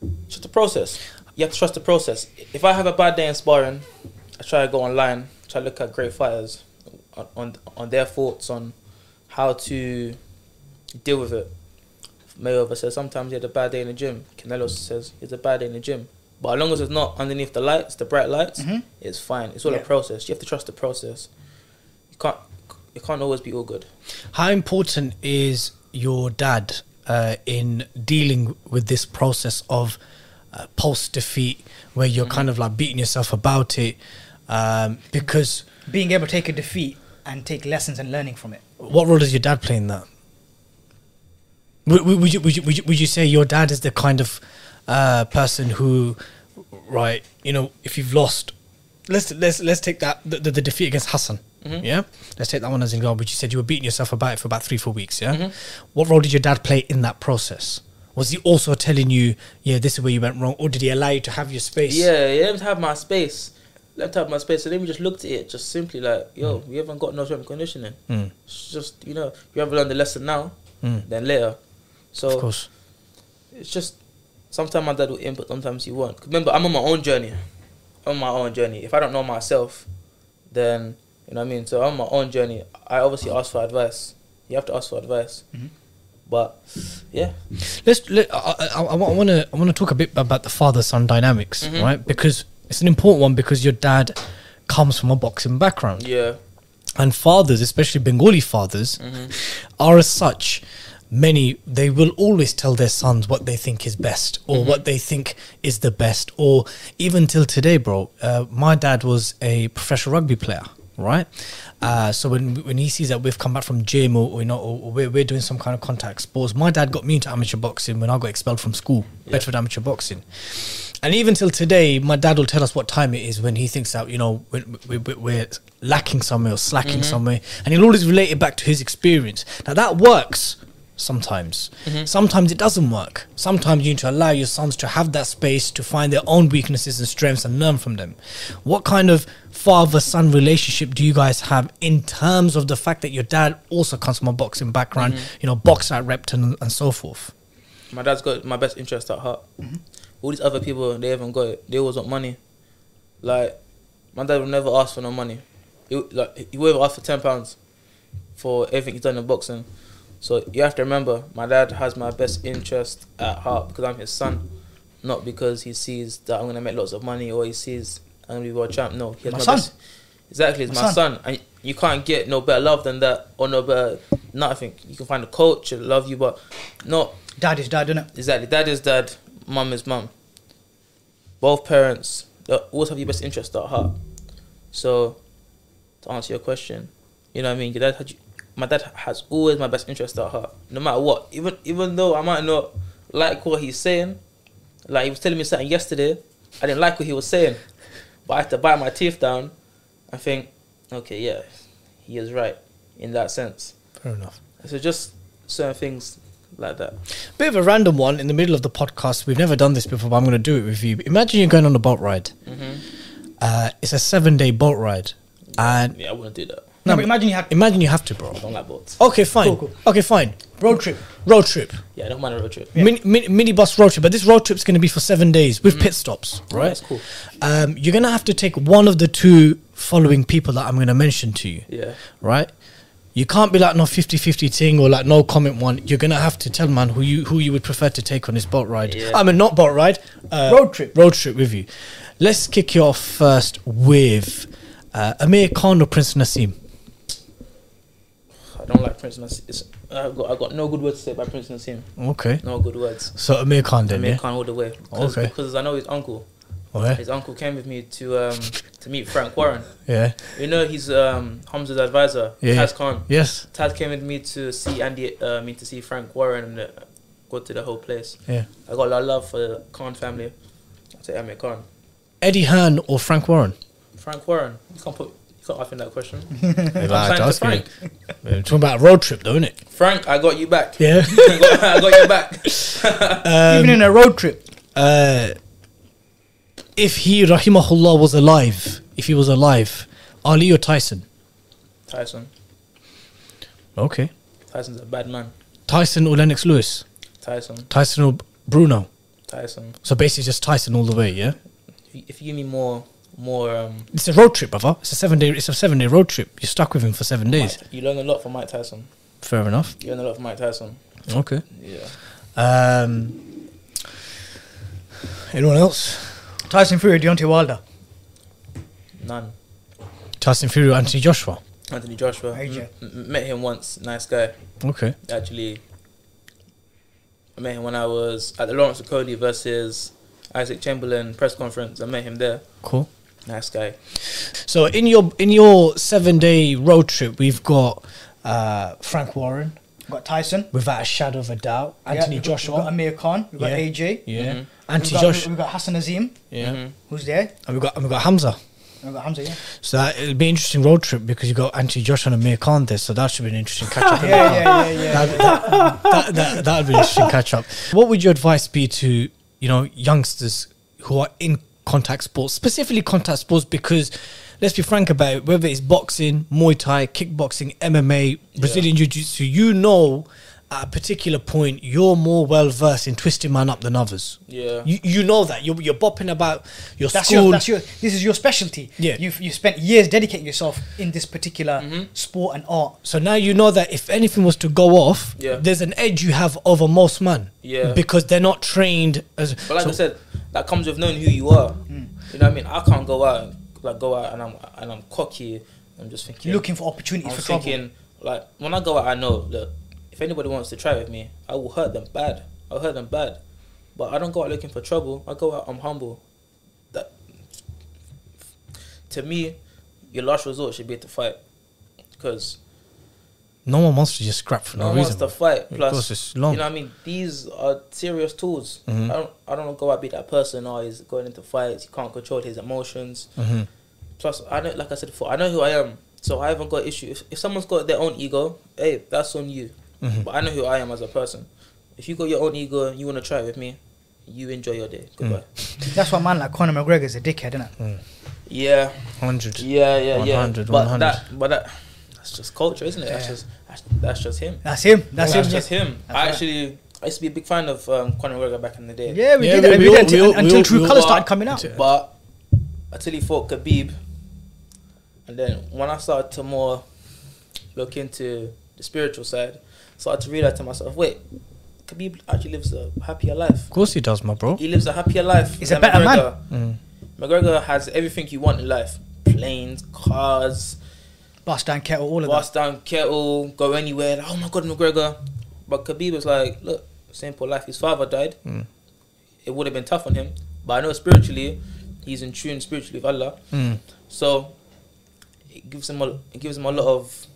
[SPEAKER 4] It's just the process. You have to trust the process. If I have a bad day in sparring, I try to go online, try to look at great fighters on, on, on their thoughts on how to deal with it. Mayweather says sometimes he had a bad day in the gym. Canelo says it's a bad day in the gym. But as long as it's not underneath the lights, the bright lights, it's fine. It's all
[SPEAKER 3] Yeah.
[SPEAKER 4] a process. You have to trust the process. You can't. It can't always be all good.
[SPEAKER 2] How important is your dad uh, in dealing with this process of uh, post defeat, where you're
[SPEAKER 4] Mm-hmm.
[SPEAKER 2] kind of like beating yourself about it? Um, because
[SPEAKER 3] Being able to take a defeat and take lessons and learning from it.
[SPEAKER 2] what role does your dad play in that? Would, would, would, you, would, you, would, you, would you say your dad is the kind of uh, person who, right? You know, if you've lost, let's let's let's take that the, the, the defeat against Hassan. Yeah, let's take that one as an example. Which you said you were beating yourself about it for about three four weeks. Yeah, what role did your dad play in that process? Was he also telling you, yeah, this is where you went wrong, or did he allow you to have your space?
[SPEAKER 4] Yeah, yeah, let me have my space. Let me have my space. So then we just looked at it, just simply like, yo,
[SPEAKER 2] Hmm.
[SPEAKER 4] we haven't got no strength conditioning. It's just you know, you haven't learned the lesson now, then later. So
[SPEAKER 2] Hmm. of course.
[SPEAKER 4] it's just sometimes my dad will input, sometimes he won't. 'Cause Remember, I'm on my own journey. I'm on my own journey. If I don't know myself, then you know what I mean. So I'm on my own journey. I obviously ask for advice. You have to ask for advice.
[SPEAKER 2] Mm-hmm.
[SPEAKER 4] But yeah,
[SPEAKER 2] let's let, I, I, I want to I want to talk a bit about the father son dynamics, right? Because it's an important one because your dad comes from a boxing background,
[SPEAKER 4] yeah,
[SPEAKER 2] and fathers, especially Bengali fathers, are as such. Many they will always tell their sons what they think is best or what they think is the best, or even till today, bro. Uh, my dad was a professional rugby player, right? Uh, so when when he sees that we've come back from gym or, or you know or, or we're, we're doing some kind of contact sports, my dad got me into amateur boxing when I got expelled from school, Bedford amateur boxing. And even till today, my dad will tell us what time it is when he thinks that you know we're, we we- we're lacking somewhere or slacking somewhere, and he'll always relate it back to his experience. Now that works sometimes. Sometimes it doesn't work. Sometimes you need to allow your sons to have that space to find their own weaknesses and strengths and learn from them. What kind of father-son relationship do you guys have in terms of the fact that your dad also comes from a boxing background, you know, box at Repton and, and so forth?
[SPEAKER 4] my dad's got my best interest at heart.
[SPEAKER 3] Mm-hmm.
[SPEAKER 4] All these other people, they haven't got it. They always want money. Like, my dad will never ask for no money. He, like, he will ask for ten pounds for everything he's done in boxing. So you have to remember, my dad has my best interest at heart because I'm his son, not because he sees that I'm gonna make lots of money or he sees I'm gonna be world champ. No, he has
[SPEAKER 3] My
[SPEAKER 4] my,
[SPEAKER 3] son.
[SPEAKER 4] best. Exactly, it's
[SPEAKER 3] My
[SPEAKER 4] my,
[SPEAKER 3] son.
[SPEAKER 4] son. and you can't get no better love than that or no better nothing. You can find a coach that love you, but not
[SPEAKER 3] Dad is dad, innit?
[SPEAKER 4] Exactly. Dad is dad. Mum is mum. Both parents uh, always have your best interest at heart. So, to answer your question, you know what I mean. Your dad had you, my dad has always my best interest at heart, no matter what. Even even though I might not like what he's saying, like he was telling me something yesterday, I didn't like what he was saying, but I had to bite my teeth down I think, okay, yeah, he is right in that sense.
[SPEAKER 2] Fair enough.
[SPEAKER 4] So just certain things like that.
[SPEAKER 2] Bit of a random one in the middle of the podcast. We've never done this before, but I'm going to do it with you. Imagine you're going on a boat ride.
[SPEAKER 3] Mm-hmm.
[SPEAKER 2] Uh, it's a seven day boat ride, and
[SPEAKER 4] Yeah, I wouldn't do that.
[SPEAKER 2] No,
[SPEAKER 3] No, but
[SPEAKER 2] but-
[SPEAKER 3] imagine you had
[SPEAKER 2] imagine you have to, bro.
[SPEAKER 4] I don't like boats.
[SPEAKER 2] Okay, fine.
[SPEAKER 3] Cool, cool.
[SPEAKER 2] Okay, fine.
[SPEAKER 3] road trip.
[SPEAKER 2] Road trip,
[SPEAKER 4] Yeah, I don't mind a road trip.
[SPEAKER 2] mini, mini, mini bus road trip, but this road trip's going to be for seven days
[SPEAKER 3] Mm-hmm.
[SPEAKER 2] with pit stops, right?
[SPEAKER 4] that's cool.
[SPEAKER 2] Um, you're going to have to take one of the two following people that I'm going to mention to you,
[SPEAKER 4] Yeah.
[SPEAKER 2] right? You can't be like no 50-50 thing or like no comment one. You're gonna have to tell man who you who you would prefer to take on this boat ride.
[SPEAKER 4] Yeah.
[SPEAKER 2] I mean not boat ride, uh,
[SPEAKER 3] Road trip.
[SPEAKER 2] road trip with you. Let's kick you off first with uh, Amir Khan or Prince Nassim.
[SPEAKER 4] I don't like Prince Nassim. It's- I've got, I've got no good words to say about Prince Nassim.
[SPEAKER 2] Okay,
[SPEAKER 4] No good words.
[SPEAKER 2] so Amir Khan then,
[SPEAKER 4] Amir
[SPEAKER 2] yeah. Oh,
[SPEAKER 4] Khan all the way. Because,
[SPEAKER 2] Okay.
[SPEAKER 4] because I know his uncle.
[SPEAKER 2] Oh, yeah,
[SPEAKER 4] His uncle came with me to um, to meet Frank Warren.
[SPEAKER 2] yeah,
[SPEAKER 4] You know, he's um, Hamza's advisor,
[SPEAKER 2] Yeah.
[SPEAKER 4] Taz Khan.
[SPEAKER 2] yes,
[SPEAKER 4] Taz came with me to see Andy, uh, me to see Frank Warren and uh, go to the whole place.
[SPEAKER 2] yeah.
[SPEAKER 4] I got a lot of love for the Khan family. I say Amir Khan.
[SPEAKER 2] Eddie Hearn or Frank Warren?
[SPEAKER 4] Frank Warren. You can't put. You can't ask him that question.
[SPEAKER 2] Hey,
[SPEAKER 4] I'm
[SPEAKER 2] like,
[SPEAKER 4] saying to
[SPEAKER 2] that's
[SPEAKER 4] Frank.
[SPEAKER 2] good. We're talking about a road trip, though, isn't it?
[SPEAKER 4] Frank, I got you back.
[SPEAKER 2] Yeah.
[SPEAKER 4] I, got, I got you back.
[SPEAKER 3] Even in a road trip,
[SPEAKER 2] Um, uh, if he rahimahullah was alive, if he was alive, Ali or Tyson?
[SPEAKER 4] Tyson.
[SPEAKER 2] Okay.
[SPEAKER 4] Tyson's a bad man.
[SPEAKER 2] Tyson or Lennox Lewis?
[SPEAKER 4] Tyson.
[SPEAKER 2] Tyson or Bruno?
[SPEAKER 4] Tyson.
[SPEAKER 2] So basically, just Tyson all the way. Yeah.
[SPEAKER 4] If you- If you give me more, more, um,
[SPEAKER 2] It's a road trip, brother. It's a seven day. It's a seven day road trip. You're stuck with him for seven days.
[SPEAKER 4] Mike- you learn a lot from Mike Tyson.
[SPEAKER 2] Fair enough.
[SPEAKER 4] You learn a lot from Mike Tyson.
[SPEAKER 2] Okay.
[SPEAKER 4] Yeah.
[SPEAKER 2] Um, anyone else?
[SPEAKER 3] Tyson Fury, Deontay Wilder,
[SPEAKER 4] None.
[SPEAKER 2] Tyson Fury, Anthony Joshua.
[SPEAKER 4] Anthony Joshua.
[SPEAKER 3] AJ.
[SPEAKER 4] M- m- met him once. Nice guy.
[SPEAKER 2] Okay.
[SPEAKER 4] Actually, I met him when I was at the Lawrence Cody versus Isaac Chamberlain press conference. I met him there.
[SPEAKER 2] Cool.
[SPEAKER 4] Nice guy.
[SPEAKER 2] So in your in your seven day road trip, we've got uh, Frank Warren,
[SPEAKER 3] got Tyson,
[SPEAKER 2] without a shadow of a doubt,
[SPEAKER 3] Yeah,
[SPEAKER 2] Anthony
[SPEAKER 3] we've got-
[SPEAKER 2] Joshua.
[SPEAKER 3] we've got Amir Khan, we've got
[SPEAKER 2] Yeah.
[SPEAKER 3] AJ,
[SPEAKER 2] yeah.
[SPEAKER 4] Mhm.
[SPEAKER 2] Anthony
[SPEAKER 3] we've got,
[SPEAKER 2] Joshua.
[SPEAKER 3] we've got Hassan Azim,
[SPEAKER 2] Yeah.
[SPEAKER 4] Mhm.
[SPEAKER 3] who's there,
[SPEAKER 2] And we've got and we've got Hamza.
[SPEAKER 3] and we've got Hamza. Yeah,
[SPEAKER 2] So that, it'll be an interesting road trip because you got Anthony Joshua and Amir Khan there. So that should be an interesting catch up.
[SPEAKER 3] yeah, yeah, yeah. yeah.
[SPEAKER 2] That, that, that, that, that'd be an interesting catch up. What would your advice be to you know youngsters who are in contact sports, specifically contact sports? Because let's be frank about it. Whether it's boxing, Muay Thai, kickboxing, MMA, Brazilian Jiu Jitsu, you know. At a particular point, you're more well versed in twisting man up than others.
[SPEAKER 4] Yeah.
[SPEAKER 2] you, you know that you're, you're bopping about your
[SPEAKER 3] That's
[SPEAKER 2] school.
[SPEAKER 3] your, that's your. This is your specialty.
[SPEAKER 2] Yeah.
[SPEAKER 3] you've you spent years dedicating yourself in this particular sport and art.
[SPEAKER 2] So now you know that if anything was to go off,
[SPEAKER 4] Yeah.
[SPEAKER 2] there's an edge you have over most men.
[SPEAKER 4] Yeah.
[SPEAKER 2] Because they're not trained as.
[SPEAKER 4] But like
[SPEAKER 2] so-
[SPEAKER 4] I said, that comes with knowing who you are.
[SPEAKER 3] Mm.
[SPEAKER 4] You know what I mean? I can't go out, like go out, and I'm and I'm cocky. I'm just thinking,
[SPEAKER 3] You're looking for opportunities
[SPEAKER 4] I'm
[SPEAKER 3] for trouble.
[SPEAKER 4] thinking, like when I go out, I know look, if anybody wants to try with me, I will hurt them bad. I'll hurt them bad. But I don't go out looking for trouble. I go out. I'm humble. That to me, your last resort should be to fight, because
[SPEAKER 2] no one wants to just scrap for
[SPEAKER 4] no
[SPEAKER 2] no,
[SPEAKER 4] one wants
[SPEAKER 2] reason.
[SPEAKER 4] to fight.
[SPEAKER 2] Of
[SPEAKER 4] Plus,
[SPEAKER 2] course, it's long. Mm-hmm.
[SPEAKER 4] you know what I mean. These are serious tools. I don't. I don't go out be that person. Or he's going into fights. He can't control his emotions.
[SPEAKER 2] Mm-hmm.
[SPEAKER 4] Plus, I know, like I said before, I know who I am. So I haven't got issue. If, if someone's got their own ego, hey, that's on you. But I know who I am as a person. If you got your own ego and you want to try it with me, you enjoy your day. Goodbye.
[SPEAKER 3] That's why a man like Conor McGregor is a dickhead, isn't it?
[SPEAKER 4] Yeah,
[SPEAKER 2] Hundred.
[SPEAKER 4] yeah, yeah, yeah.
[SPEAKER 2] 100,
[SPEAKER 4] but
[SPEAKER 2] 100.
[SPEAKER 4] that, but that, that's just culture, isn't it? That's
[SPEAKER 3] Yeah.
[SPEAKER 4] just that's, that's just him.
[SPEAKER 3] That's him. That's
[SPEAKER 4] That's,
[SPEAKER 3] him.
[SPEAKER 4] just
[SPEAKER 3] yeah.
[SPEAKER 4] him.
[SPEAKER 3] That's
[SPEAKER 4] I
[SPEAKER 3] right.
[SPEAKER 4] actually, I used to be a big fan of um, Conor McGregor back in the day.
[SPEAKER 3] Yeah, we
[SPEAKER 2] Yeah,
[SPEAKER 3] did. it.
[SPEAKER 2] we-
[SPEAKER 3] we
[SPEAKER 2] we
[SPEAKER 3] did it
[SPEAKER 2] all- we all-
[SPEAKER 3] until
[SPEAKER 2] we
[SPEAKER 3] True
[SPEAKER 2] all-
[SPEAKER 3] Colors
[SPEAKER 4] But-
[SPEAKER 3] started coming out.
[SPEAKER 4] But until he fought Khabib, and then when I started to more look into the spiritual side, started to realize to myself, wait, Khabib actually lives a happier life.
[SPEAKER 2] Of course he does, my bro.
[SPEAKER 4] He lives a happier life.
[SPEAKER 3] He's a
[SPEAKER 4] than
[SPEAKER 3] better man. Mm.
[SPEAKER 4] McGregor. McGregor has everything you want in life: planes, cars,
[SPEAKER 3] Bust down kettle, all of that.
[SPEAKER 4] bust down kettle, go anywhere. Like, oh my god, McGregor. But Khabib was like, look, simple life. His father died. It would have been tough on him, but I know spiritually, he's in tune spiritually with Allah. So it gives him a it gives him a lot of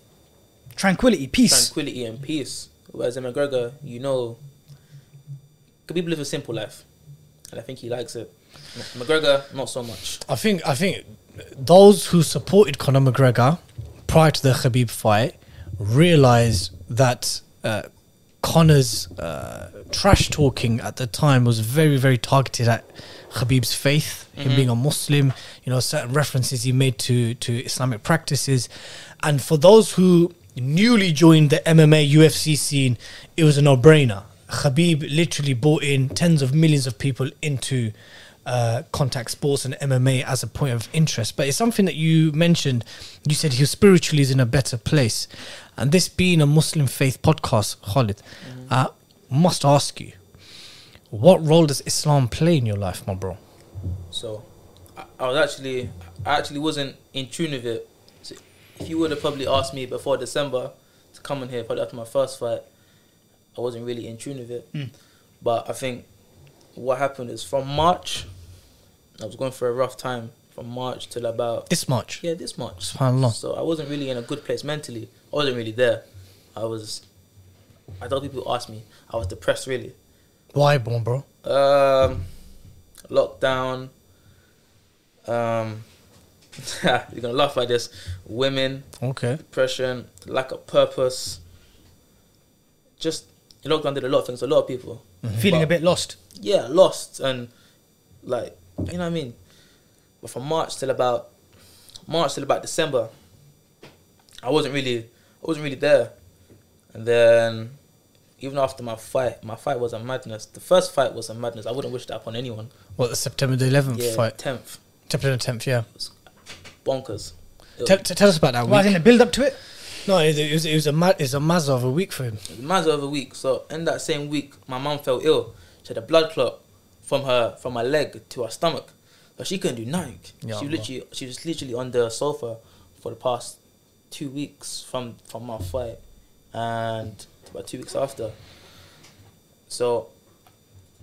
[SPEAKER 3] Tranquility, peace.
[SPEAKER 4] tranquility and peace. Whereas in McGregor, you know, Khabib lives a simple life, and I think he likes it. McGregor, not so much.
[SPEAKER 2] I think I think those who supported Conor McGregor prior to the Khabib fight realized that uh, Conor's uh, trash talking at the time was very very targeted at Khabib's faith, him being a Muslim, you know, certain references he made to to Islamic practices, and for those who newly joined the MMA UFC scene, it was a no brainer. Khabib literally brought in tens of millions of people into uh, contact sports and MMA as a point of interest. But it's something that you mentioned. You said he spiritually is in a better place. And this being a Muslim faith podcast, Khalid,
[SPEAKER 4] Mm-hmm.
[SPEAKER 2] uh, must ask you, what role does Islam play in your life, my bro?
[SPEAKER 4] So I, I was actually I actually wasn't in tune with it. So if you would have probably asked me before December to come in here, probably after my first fight, I wasn't really in tune with it. But I think what happened is from March, I was going for a rough time from March till about
[SPEAKER 2] This much.
[SPEAKER 4] yeah this March.
[SPEAKER 2] SubhanAllah.
[SPEAKER 4] So I wasn't really in a good place mentally. I wasn't really there. I was. I thought people asked me. I was depressed really.
[SPEAKER 2] Why, my bro?
[SPEAKER 4] Um, lockdown. Um, you're gonna laugh at this. Women,
[SPEAKER 2] Okay.
[SPEAKER 4] depression, lack of purpose. Just lockdown did a lot of things. to A lot of people.
[SPEAKER 3] Feeling a
[SPEAKER 4] But-
[SPEAKER 3] bit lost.
[SPEAKER 4] Yeah, lost and like you know what I mean. But from March till about March till about December, I wasn't really I wasn't really there. And then even after my fight, my fight was a madness. The first fight was a madness. I wouldn't wish that upon anyone.
[SPEAKER 2] What, the September the 11th
[SPEAKER 4] Yeah,
[SPEAKER 2] fight?
[SPEAKER 4] tenth,
[SPEAKER 2] September 10th, yeah.
[SPEAKER 4] bonkers. It
[SPEAKER 2] Tell, t- tell us about that
[SPEAKER 3] Well, as in
[SPEAKER 2] week.
[SPEAKER 3] the build up to it.
[SPEAKER 2] No, it, it was, it was a ma- it was a mazza of a week for him.
[SPEAKER 4] was matter of a week. So in that same week, my mum fell ill. She had a blood clot from her from her leg to her stomach, but she couldn't do nothing.
[SPEAKER 2] Ya
[SPEAKER 4] she
[SPEAKER 2] Allah.
[SPEAKER 4] literally she was literally on the sofa for the past two weeks from from my fight, and about two weeks after. So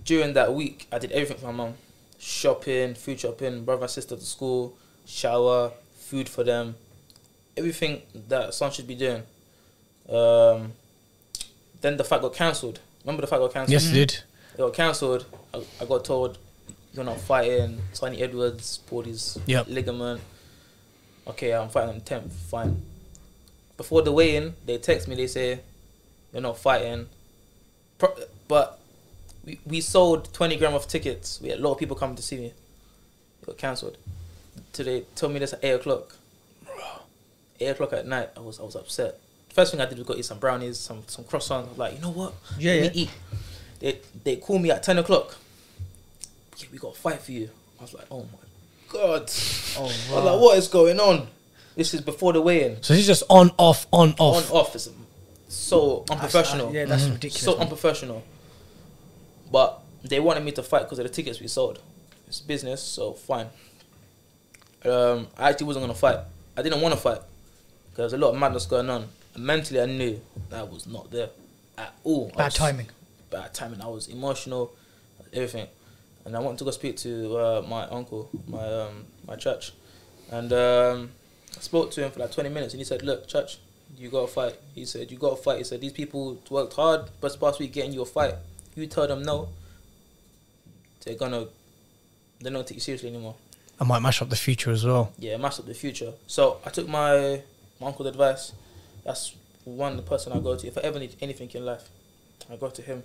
[SPEAKER 4] during that week, I did everything for my mum: shopping, food shopping, brother and sister to school, shower, food for them, everything that a son should be doing. Um, then the fight got cancelled. Remember the fight got cancelled?
[SPEAKER 2] Yes, he did.
[SPEAKER 4] It got cancelled. I, I got told you're not fighting. Sonny Edwards pulled his
[SPEAKER 2] Yep.
[SPEAKER 4] ligament. Okay, I'm fighting on the tenth. Fine. Before the weigh-in, they text me. They say you're not fighting, Pro- but we, we sold twenty gram of tickets. We had a lot of people coming to see me. It got cancelled. Today, told me this at eight o'clock. Eight o'clock at night, I was I was upset. First thing I did was go eat some brownies, some some croissants. I'm like, you know what?
[SPEAKER 3] Yeah,
[SPEAKER 4] Let me eat. They they call me at ten o'clock. Yeah, we got a fight for you. I was like, oh my god.
[SPEAKER 3] Oh,
[SPEAKER 4] I was like, what is going on? This is before the weigh-in.
[SPEAKER 2] So he's just on, off, on, off.
[SPEAKER 4] On off is so unprofessional.
[SPEAKER 3] yeah, that's ridiculous.
[SPEAKER 4] So
[SPEAKER 3] man.
[SPEAKER 4] unprofessional. But they wanted me to fight because of the tickets we sold. It's business, so fine. Um, I actually wasn't gonna fight. I didn't want to fight because there was a lot of madness going on. And mentally, I knew that I was not there at all. I
[SPEAKER 3] Bad
[SPEAKER 4] was-
[SPEAKER 3] timing.
[SPEAKER 4] Bad timing. I was emotional, everything. And I went to go speak to uh, my uncle, my um, my church, and um, I spoke to him for like 20 minutes, and he said, "Look, church, you got to fight." He said, "You got to fight." He said, "These people worked hard, but past week getting you a fight. You tell them no, they're gonna, they're not take you seriously anymore."
[SPEAKER 2] I might mash up the future as well.
[SPEAKER 4] yeah, mash up the future. So I took my, my uncle's advice. That's one person I go to. If I ever need anything in life, I go to him.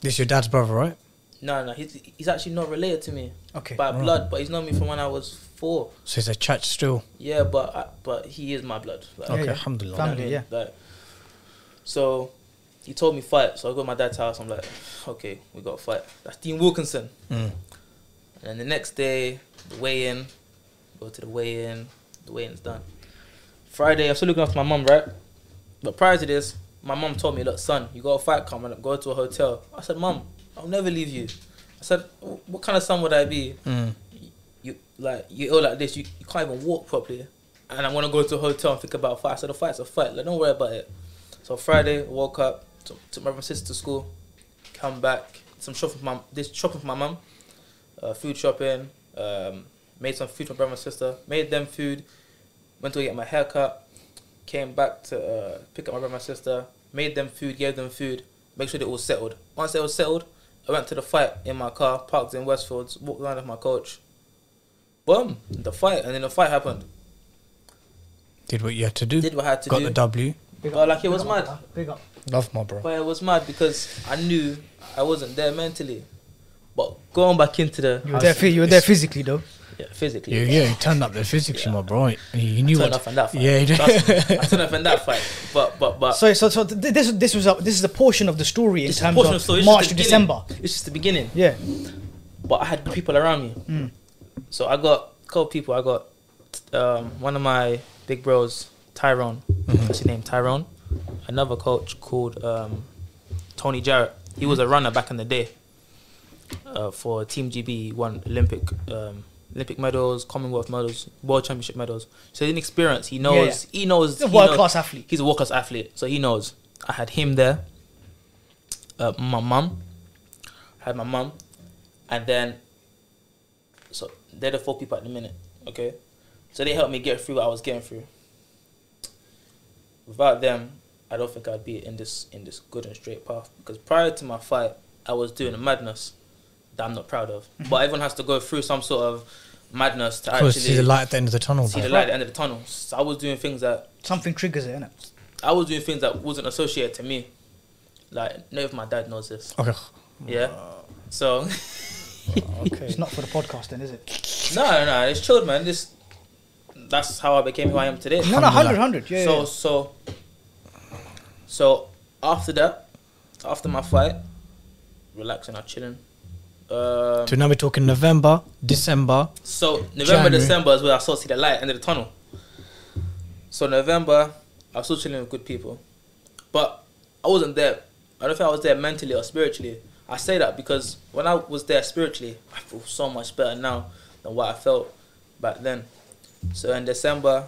[SPEAKER 2] This is your dad's brother, right?
[SPEAKER 4] No, no, he's, he's actually not related to me
[SPEAKER 3] Okay. Oh.
[SPEAKER 4] by blood, but he's known me from when I was four.
[SPEAKER 2] So he's a chat still.
[SPEAKER 4] Yeah, but I, but he is my blood. Like,
[SPEAKER 2] Okay,
[SPEAKER 3] yeah.
[SPEAKER 2] alhamdulillah.
[SPEAKER 4] you know what I
[SPEAKER 3] Family,
[SPEAKER 4] mean?
[SPEAKER 3] yeah.
[SPEAKER 4] Like, so he told me fight. So I go to my dad's house. I'm like, okay, we got to fight. That's Dean Wilkinson.
[SPEAKER 2] Mm.
[SPEAKER 4] And then the next day, the weigh in, go to the weigh in, the weigh in's done. Friday, I'm still looking after my mum, right? But prior to this, my mum told me, look, son, you got a fight coming up, go to a hotel. I said, mum, I'll never leave you. I said, "Wh- what kind of son would I be?
[SPEAKER 2] Mm.
[SPEAKER 4] You like you ill like this, you, you can't even walk properly. And I'm gonna go to a hotel and think about a fight. I said, a fight's a fight, like don't worry about it. So Friday, woke up, took, took my brother and sister to school, come back, some shopping for my this shopping for my mum, uh, food shopping, um, made some food for my brother and sister, made them food, went to get my haircut, came back to uh, pick up my brother and sister, made them food, gave them food, make sure they all settled. Once they were settled, I went to the fight in my car, parked in Westfields, walked around with my coach. Boom, the fight, and then the fight happened.
[SPEAKER 2] Did what you had to do.
[SPEAKER 4] Did what I had to
[SPEAKER 2] Got
[SPEAKER 4] do.
[SPEAKER 2] the W.
[SPEAKER 3] Big
[SPEAKER 4] But, like, it
[SPEAKER 3] big
[SPEAKER 4] was mad.
[SPEAKER 3] man. Big up.
[SPEAKER 2] Love my bro.
[SPEAKER 4] But it was mad because I knew I wasn't there mentally. But going back into the
[SPEAKER 3] You were there, phy- you were there physically though.
[SPEAKER 4] yeah, physically,
[SPEAKER 2] Yeah, yeah, he turned up there physically, my bro. He- He knew
[SPEAKER 4] I turned
[SPEAKER 2] what.
[SPEAKER 4] off in that fight.
[SPEAKER 2] Yeah, he did.
[SPEAKER 4] Trust me, I turned off in that fight. But but but
[SPEAKER 3] So, so, so th- this this was a, this is a portion of the story in
[SPEAKER 4] It's Uh, a
[SPEAKER 3] terms
[SPEAKER 4] portion
[SPEAKER 3] of
[SPEAKER 4] of story, it's just
[SPEAKER 3] March to
[SPEAKER 4] the beginning.
[SPEAKER 3] December.
[SPEAKER 4] It's just the beginning.
[SPEAKER 3] Yeah,
[SPEAKER 4] But I had good people around me.
[SPEAKER 3] Hmm.
[SPEAKER 4] So I got a couple people. I got um, one of my big bros, Tyrone.
[SPEAKER 3] Mm-hmm.
[SPEAKER 4] What's his name? Tyrone. Another coach called um, Tony Jarrett. He was a
[SPEAKER 3] Mm-hmm.
[SPEAKER 4] runner back in the day uh, for Team GB. He won Olympic um, Olympic medals, Commonwealth medals, World Championship medals. So he's experienced. He knows. He knows.
[SPEAKER 3] He's a
[SPEAKER 4] he
[SPEAKER 3] world
[SPEAKER 4] knows-
[SPEAKER 3] class athlete.
[SPEAKER 4] He's a world class athlete. So he knows. I had him there. Uh, my mum. I had my mum, and then so they're the four people at the minute. Okay, so they helped me get through what I was getting through. Without them, I don't think I'd be in this in this good and straight path. Because prior to my fight, I was doing a madness that I'm not proud of. But everyone has to go through some sort of madness to actually
[SPEAKER 2] Because Mm-hmm. see the light at the end of the tunnel.
[SPEAKER 4] see
[SPEAKER 2] bro.
[SPEAKER 4] the light at the end of the tunnel. So I was doing things that
[SPEAKER 3] something triggers it, innit?
[SPEAKER 4] I was doing things that wasn't associated to me. Like, none of my dad knows this.
[SPEAKER 2] Okay.
[SPEAKER 4] Yeah. So
[SPEAKER 3] It's not for the podcast, then, is it?
[SPEAKER 4] no, no, no, it's chilled, man. This that's how I became who I am today.
[SPEAKER 3] No, no, 100, 100. Yeah,
[SPEAKER 4] so
[SPEAKER 3] yeah.
[SPEAKER 4] so so after that, after my fight, relaxing, I'm chilling. Um,
[SPEAKER 2] So now we're talking November, December.
[SPEAKER 4] so November,
[SPEAKER 2] January.
[SPEAKER 4] December is where I saw see the light under the tunnel. So November, I was still chilling with good people, but I wasn't there. I don't think I was there mentally or spiritually. I say that because when I was there spiritually, I feel so much better now than what I felt back then. So in December,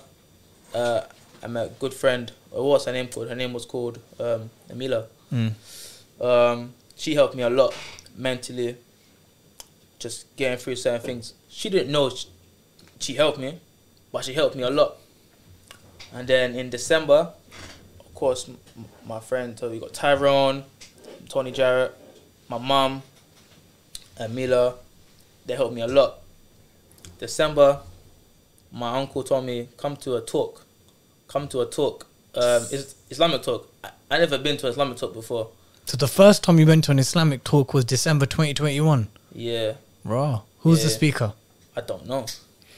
[SPEAKER 4] uh, I met a good friend. Uh, What was her name called? Her name was called um, Emila. Um, she helped me a lot mentally, just getting through certain things. She didn't know she, she helped me, but she helped me a lot. And then in December, of course, m- my friend, so we got Tyrone, Tony Jarrett, my mum, and Mila. They helped me a lot. December, my uncle told me, come to a talk. Come to a talk. Um, is Islamic talk. I, I never been to an Islamic talk before.
[SPEAKER 2] So the first time you went to an Islamic talk was December 2021.
[SPEAKER 4] Yeah,
[SPEAKER 2] Raw. Who was the
[SPEAKER 4] Yeah.
[SPEAKER 2] speaker?
[SPEAKER 4] I don't know.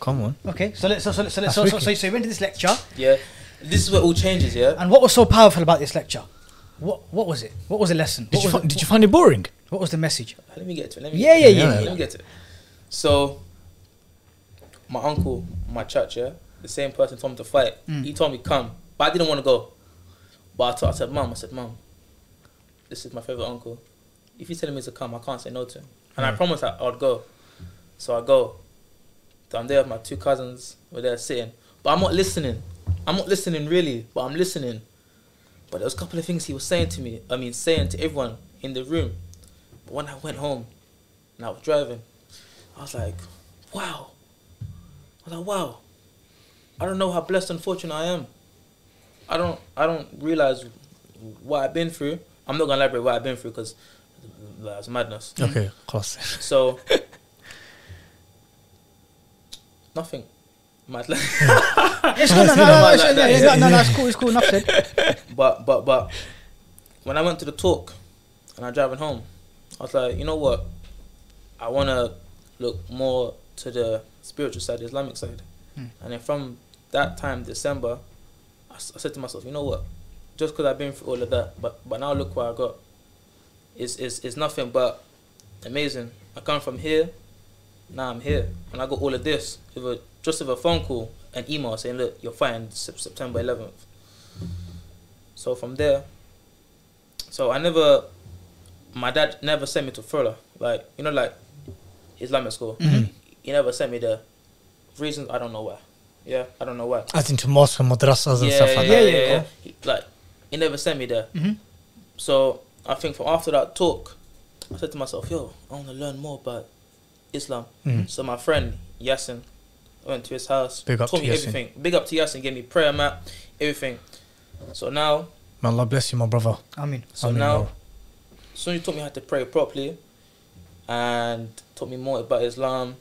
[SPEAKER 2] Come on.
[SPEAKER 3] Okay, so let's so so so, let's- so,
[SPEAKER 2] That's
[SPEAKER 3] so, so,
[SPEAKER 2] wicked.
[SPEAKER 3] so you went to this lecture,
[SPEAKER 4] Yeah, this is where all changes. Yeah,
[SPEAKER 3] and what was so powerful about this lecture? What what was it? What was the lesson?
[SPEAKER 2] Did
[SPEAKER 3] what,
[SPEAKER 2] you
[SPEAKER 3] was
[SPEAKER 2] fi-
[SPEAKER 3] the,
[SPEAKER 2] did you find it boring?
[SPEAKER 3] what was the message?
[SPEAKER 4] let me get to it. Let me
[SPEAKER 3] Yeah,
[SPEAKER 4] get to it.
[SPEAKER 2] yeah, yeah,
[SPEAKER 4] Let me get to it. So, my uncle, my church, yeah, the same person told me to fight.
[SPEAKER 3] Mm.
[SPEAKER 4] He told me come, but I didn't want to go. But I, told, I said, mom, I said, mom, this is my favorite uncle. If he's telling me to come, I can't say no to him. And I promised I, I'd go. So I go. So I'm there with my two cousins. We're there sitting, but I'm not listening. I'm not listening really, but I'm listening. But there was a couple of things he was saying to me. I mean, saying to everyone in the room. But when I went home, and I was driving, I was like, wow. I was like, wow. I don't know how blessed and fortunate I am. I don't. I don't realize what I've been through. I'm not gonna elaborate what I've been through because that's madness.
[SPEAKER 2] Okay, class.
[SPEAKER 4] So nothing. Mad life.
[SPEAKER 3] Yes, no, no, no, no, it's-
[SPEAKER 4] Like that,
[SPEAKER 3] yeah,
[SPEAKER 4] yeah.
[SPEAKER 3] no, no, no, it's cool, it's cool, enough said.
[SPEAKER 4] But but but when I went to the talk and I driving home, I was like, you know what? I wanna look more to the spiritual side, the Islamic side. And then from that time, December, I, s- I said to myself, you know what? Just because I've been through all of that, but but now look what I got. It's it's, it's nothing but amazing. I come from here, now I'm here, and I got all of this with a, just with a phone call, an email saying, look, you're fine, Sep- September 11th. So from there, so I never, my dad never sent me to Furla, like you know, like Islamic school. He never sent me there. Reasons I don't know why. Yeah, I don't know why.
[SPEAKER 2] As into mosque and madrasas and
[SPEAKER 4] Yeah,
[SPEAKER 2] stuff like
[SPEAKER 4] yeah,
[SPEAKER 2] that.
[SPEAKER 4] yeah, yeah, He, like he never sent me there.
[SPEAKER 3] Mm-hmm.
[SPEAKER 4] So I think from after that talk, I said to myself, "Yo, I want to learn more about Islam." So my friend Yasin, I went to his house,
[SPEAKER 2] Mm. Big up
[SPEAKER 4] taught
[SPEAKER 2] to
[SPEAKER 4] me
[SPEAKER 2] Yasin.
[SPEAKER 4] everything. Big up to Yasin, gave me prayer mat, everything. So now
[SPEAKER 2] Man, Allah bless you, my brother.
[SPEAKER 3] I mean,
[SPEAKER 4] so
[SPEAKER 2] Amen,
[SPEAKER 4] now,
[SPEAKER 2] bro.
[SPEAKER 4] so you taught me how to pray properly. and taught me more about Islam.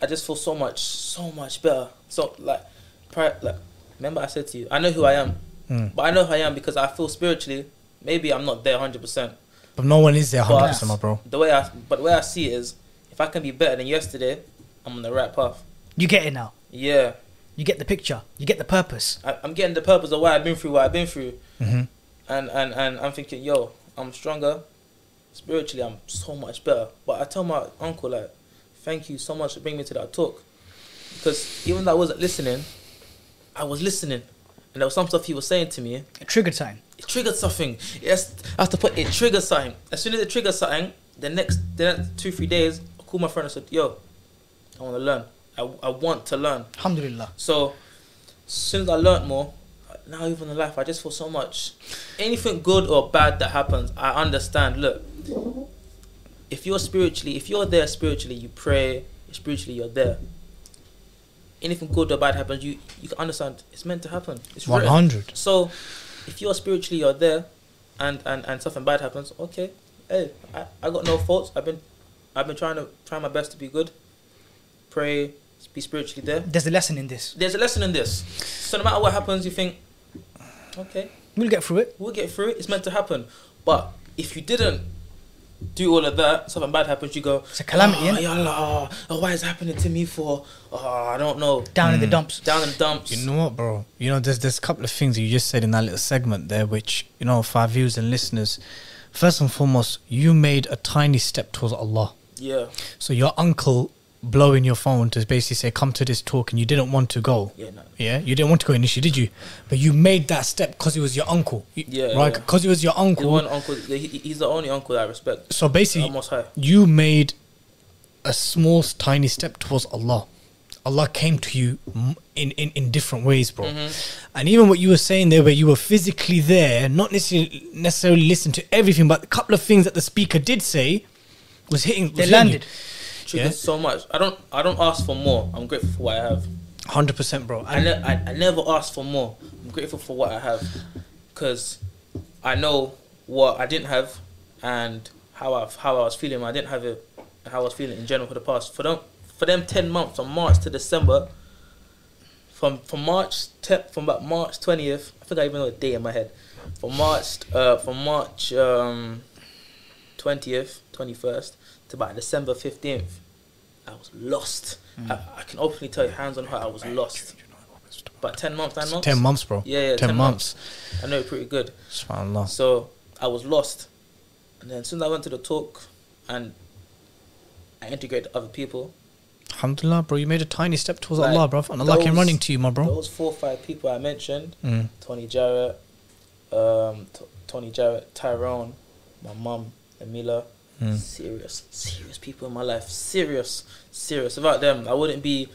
[SPEAKER 4] I just feel so much, so much better. So like, pri- like, remember I said to you, I know who I am,
[SPEAKER 2] Mm.
[SPEAKER 4] but I know who I am because I feel spiritually. Maybe I'm not there hundred percent.
[SPEAKER 2] But no one is there 100%,
[SPEAKER 4] But-
[SPEAKER 2] my bro.
[SPEAKER 4] The way I, but the way I see it is, if I can be better than yesterday, I'm on the right path.
[SPEAKER 3] You get it now.
[SPEAKER 4] Yeah,
[SPEAKER 3] You get the picture. You get the purpose.
[SPEAKER 4] I, I'm getting the purpose of why I've been through, what I've been through,
[SPEAKER 2] hmm
[SPEAKER 4] and and and I'm thinking, yo, I'm stronger. Spiritually, I'm so much better. But I tell my uncle like, thank you so much for bringing me to that talk, because even though I wasn't listening, I was listening, and there was some stuff he was saying to me.
[SPEAKER 3] Trigger time.
[SPEAKER 4] It triggered something. Yes, I have to put it triggered something. As soon as it triggers something, the next the next two three days, I call my friend and said, yo, I want to learn. I I want to learn.
[SPEAKER 3] Alhamdulillah.
[SPEAKER 4] So, as soon as I learnt more, now even in life, I just feel so much. Anything good or bad that happens, I understand. Look, if you're spiritually, if you're there spiritually, you pray. Spiritually, you're there. Anything good or bad happens, you you can understand. It's meant to happen. It's written.
[SPEAKER 2] 100.
[SPEAKER 4] So, if you're spiritually, you're there, and and and something bad happens, okay, hey, I, I got no faults. I've been, I've been trying to try my best to be good, pray, be spiritually there
[SPEAKER 3] There's a lesson in this.
[SPEAKER 4] there's a lesson in this. So no matter what happens, you think, okay,
[SPEAKER 3] We'll get through it.
[SPEAKER 4] we'll get through it. It's meant to happen. But if you didn't do all of that, something bad happens. You go,
[SPEAKER 3] It's a calamity,
[SPEAKER 4] Oh,
[SPEAKER 3] innit?
[SPEAKER 4] ya Allah, oh, why is it happening to me for? Oh, I don't know. Hmm.
[SPEAKER 3] Down in the dumps.
[SPEAKER 4] Down in the dumps.
[SPEAKER 2] You know what, bro? You know, there's there's a couple of things that you just said in that little segment there, which you know, for our viewers and listeners, first and foremost, you made a tiny step towards Allah.
[SPEAKER 4] yeah,
[SPEAKER 2] So your uncle blowing your phone to basically say, "Come to this talk," and you didn't want to go.
[SPEAKER 4] yeah, no.
[SPEAKER 2] Yeah, you didn't want to go initially, did you? But you made that step because it was your uncle. You-
[SPEAKER 4] Yeah,
[SPEAKER 2] right.
[SPEAKER 4] yeah.
[SPEAKER 2] Because it was your
[SPEAKER 4] The
[SPEAKER 2] uncle.
[SPEAKER 4] one uncle, he, he's the only uncle I respect.
[SPEAKER 2] so basically,
[SPEAKER 4] The Most High.
[SPEAKER 2] you made a small, tiny step towards Allah. Allah came to you m- in, in, in different ways, bro.
[SPEAKER 4] Mm-hmm.
[SPEAKER 2] And even what you were saying there, where you were physically there, not necessarily, necessarily listening to everything, but a couple of things that the speaker did say was hitting. Was
[SPEAKER 3] They
[SPEAKER 2] hitting you.
[SPEAKER 3] landed.
[SPEAKER 4] Triggered
[SPEAKER 2] Yeah.
[SPEAKER 4] so much. I don't, I don't ask for more. I'm grateful for what I have.
[SPEAKER 2] 100%, bro.
[SPEAKER 4] I, ne- I, I never asked for more. I'm grateful for what I have because I know what I didn't have and how I how I was feeling. when I didn't have it and how I was feeling in general for the past for them for them ten months from March to December. From from March te- from about March twentieth, I think I even know the day in my head. From March uh from March um twentieth, twenty first to about December fifteenth, I was lost. I, I can openly tell you, hands on heart, I was lost. But ten months, nine months.
[SPEAKER 2] 10 months, bro.
[SPEAKER 4] Yeah, yeah,
[SPEAKER 2] 10, months.
[SPEAKER 4] I know it pretty good.
[SPEAKER 2] SubhanAllah.
[SPEAKER 4] So I was lost. And then as soon as I went to the talk and I integrated other people,
[SPEAKER 2] Alhamdulillah, bro. You made a tiny step towards
[SPEAKER 4] Like,
[SPEAKER 2] Allah, bro. And Allah came
[SPEAKER 4] those-
[SPEAKER 2] running to you, my bro.
[SPEAKER 4] those four or five people I mentioned
[SPEAKER 2] Mm.
[SPEAKER 4] Tony Jarrett, um, T- Tony Jarrett, Tyrone, my mum, Emila.
[SPEAKER 2] Mm.
[SPEAKER 4] Serious, serious people in my life. Serious, serious. Without them, I wouldn't be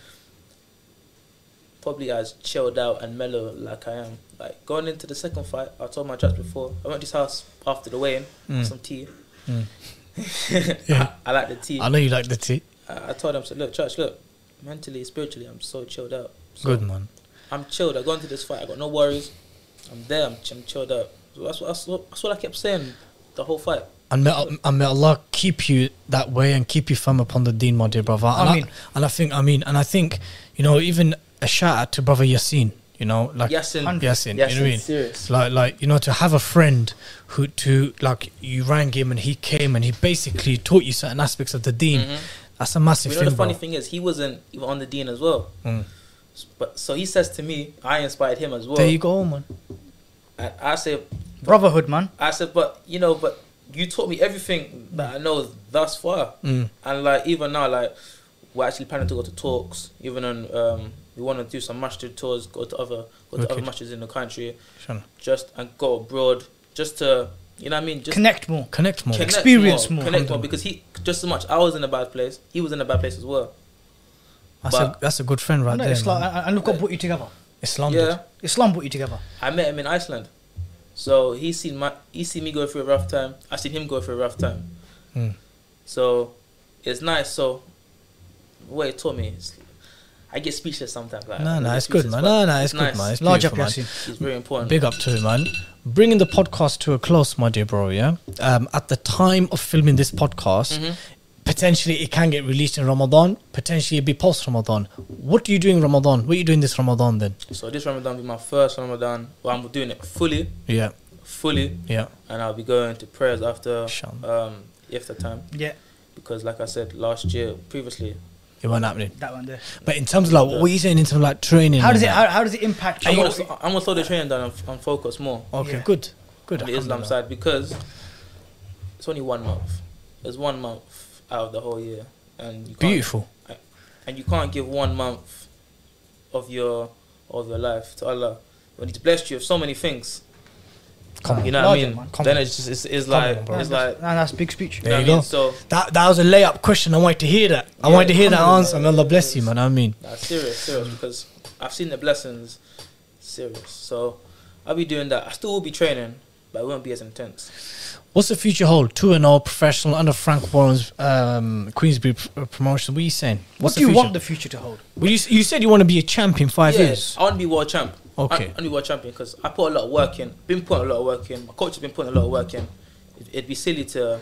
[SPEAKER 4] probably as chilled out and mellow like I am. Like going into the second fight, I told my judge before. I went to his house after the weigh-in,
[SPEAKER 2] Mm.
[SPEAKER 4] had some tea.
[SPEAKER 2] Mm.
[SPEAKER 4] yeah. I, I like the tea.
[SPEAKER 2] I
[SPEAKER 4] I,
[SPEAKER 2] know you like the tea.
[SPEAKER 4] I told him, I said, look, church, look, mentally, spiritually, I'm so chilled out. So
[SPEAKER 2] Good, man.
[SPEAKER 4] I'm chilled. I go into this fight. I got no worries. I'm there. I'm, ch- I'm chilled out. So that's what, that's, what, that's what I kept saying the whole fight.
[SPEAKER 2] And may, and may Allah keep you that way and keep you firm upon the deen, my dear brother. And
[SPEAKER 3] Ameen.
[SPEAKER 2] and I think, I mean, and I think, you know, even a shout out to brother Yasin, you know, like
[SPEAKER 4] Yasin.
[SPEAKER 2] Yasin, you know what I
[SPEAKER 4] Yasin,
[SPEAKER 2] mean?
[SPEAKER 4] serious.
[SPEAKER 2] Like, like, you know, to have a friend who, to, like, you rang him and he came and he basically taught you certain aspects of the deen. That's a massive
[SPEAKER 4] You Mm-hmm. know
[SPEAKER 2] thing.
[SPEAKER 4] the funny
[SPEAKER 2] bro.
[SPEAKER 4] thing is, he wasn't even on the dean as well.
[SPEAKER 2] Mm.
[SPEAKER 4] But so he says to me, I inspired him as well.
[SPEAKER 2] There you go, man.
[SPEAKER 4] And I say,
[SPEAKER 3] Brotherhood, man.
[SPEAKER 4] I said, but you know, but you taught me everything that I know thus far,
[SPEAKER 2] Mm.
[SPEAKER 4] and like even now, like we're actually planning to go to talks. Even on, um, we want to do some masjid tours, go to other, go to other
[SPEAKER 2] Wicked.
[SPEAKER 4] masjids in the country,
[SPEAKER 2] Shana.
[SPEAKER 4] just and go abroad, just to, you know, what I mean, just
[SPEAKER 3] Connect more.
[SPEAKER 2] Connect more.
[SPEAKER 4] connect
[SPEAKER 3] Experience more.
[SPEAKER 4] connect more, because he just as much. I was in a bad place, he was in a bad place as well.
[SPEAKER 2] That's a,
[SPEAKER 4] But-
[SPEAKER 2] that's a good friend right
[SPEAKER 3] No,
[SPEAKER 2] there.
[SPEAKER 3] Islam,
[SPEAKER 2] man.
[SPEAKER 3] and- and look what brought you together.
[SPEAKER 2] Islam
[SPEAKER 4] yeah.
[SPEAKER 2] did.
[SPEAKER 3] Islam brought you together.
[SPEAKER 4] I met him in Iceland. So he seen my he seen me go through a rough time. I seen him go through a rough time.
[SPEAKER 2] Mm.
[SPEAKER 4] So it's nice. So what it taught me is I get speechless sometimes. Like,
[SPEAKER 2] No,
[SPEAKER 4] I
[SPEAKER 2] no,
[SPEAKER 4] get
[SPEAKER 2] it's good,
[SPEAKER 4] speechless,
[SPEAKER 2] man.
[SPEAKER 4] but
[SPEAKER 2] No, no, it's good, man. It's
[SPEAKER 3] Large up,
[SPEAKER 2] beautiful, man.
[SPEAKER 3] Yasin.
[SPEAKER 4] It's very important.
[SPEAKER 2] Big up to him, man. bringing the podcast to a close, my dear bro. Yeah, um, at the time of filming this podcast,
[SPEAKER 4] Mm-hmm.
[SPEAKER 2] potentially it can get released in Ramadan. Potentially it'd be post Ramadan. What do you do in Ramadan? What are you doing this Ramadan then?
[SPEAKER 4] So this Ramadan will be my first Ramadan. Well, I'm doing it fully,
[SPEAKER 2] Yeah,
[SPEAKER 4] fully,
[SPEAKER 2] yeah,
[SPEAKER 4] and I'll be going to prayers after
[SPEAKER 2] Shalom.
[SPEAKER 4] um, iftar time
[SPEAKER 3] Yeah,
[SPEAKER 4] because, like I said last year, previously,
[SPEAKER 2] it won't happening.
[SPEAKER 3] that one there.
[SPEAKER 2] But in terms of like what are you saying in terms of like training?
[SPEAKER 3] How does
[SPEAKER 2] and
[SPEAKER 3] it?
[SPEAKER 2] that?
[SPEAKER 3] How, how does it impact?
[SPEAKER 4] I'm
[SPEAKER 3] you?
[SPEAKER 4] gonna, s- I'm gonna slow the training down and, f- and focus more
[SPEAKER 2] okay,
[SPEAKER 3] Yeah.
[SPEAKER 2] good, good.
[SPEAKER 4] on the Islam
[SPEAKER 2] Alhamdulillah.
[SPEAKER 4] side because it's only one month. It's one month out of the whole year, and you can't,
[SPEAKER 2] Beautiful.
[SPEAKER 4] and you can't give one month of your of your life to Allah when He's blessed you with so many things.
[SPEAKER 2] Come on.
[SPEAKER 4] You know what I
[SPEAKER 3] Larger,
[SPEAKER 4] mean?
[SPEAKER 3] man.
[SPEAKER 4] Then it's just it's, it's like
[SPEAKER 2] on, bro.
[SPEAKER 4] it's
[SPEAKER 3] Nah,
[SPEAKER 4] like
[SPEAKER 3] that's- nah, that's big speech.
[SPEAKER 4] you
[SPEAKER 2] There
[SPEAKER 4] know
[SPEAKER 2] you
[SPEAKER 4] what I mean?
[SPEAKER 2] go.
[SPEAKER 4] So
[SPEAKER 2] That that was a layup question. I wanted to hear that. I
[SPEAKER 4] Yeah,
[SPEAKER 2] wanted to hear that
[SPEAKER 4] alhamdulillah.
[SPEAKER 2] answer. May Allah bless you, man. I mean,
[SPEAKER 4] Nah, serious, serious, because I've seen the blessings, serious. So I'll be doing that. I still will be training, but it won't be as intense.
[SPEAKER 2] what's the future hold? Two and all professional under Frank Warren's um, Queensbury pr- uh, promotion. What are you saying?
[SPEAKER 3] What
[SPEAKER 2] What's
[SPEAKER 3] do you
[SPEAKER 2] future?
[SPEAKER 3] want the future to hold?
[SPEAKER 2] Well, you, s- you said you want to be a champion five years.
[SPEAKER 4] I want to be world champ.
[SPEAKER 2] Okay.
[SPEAKER 4] I, I want to be world champion because I put a lot of work in. Been putting a lot of work in. My coach has been putting a lot of work in. It, it'd be silly to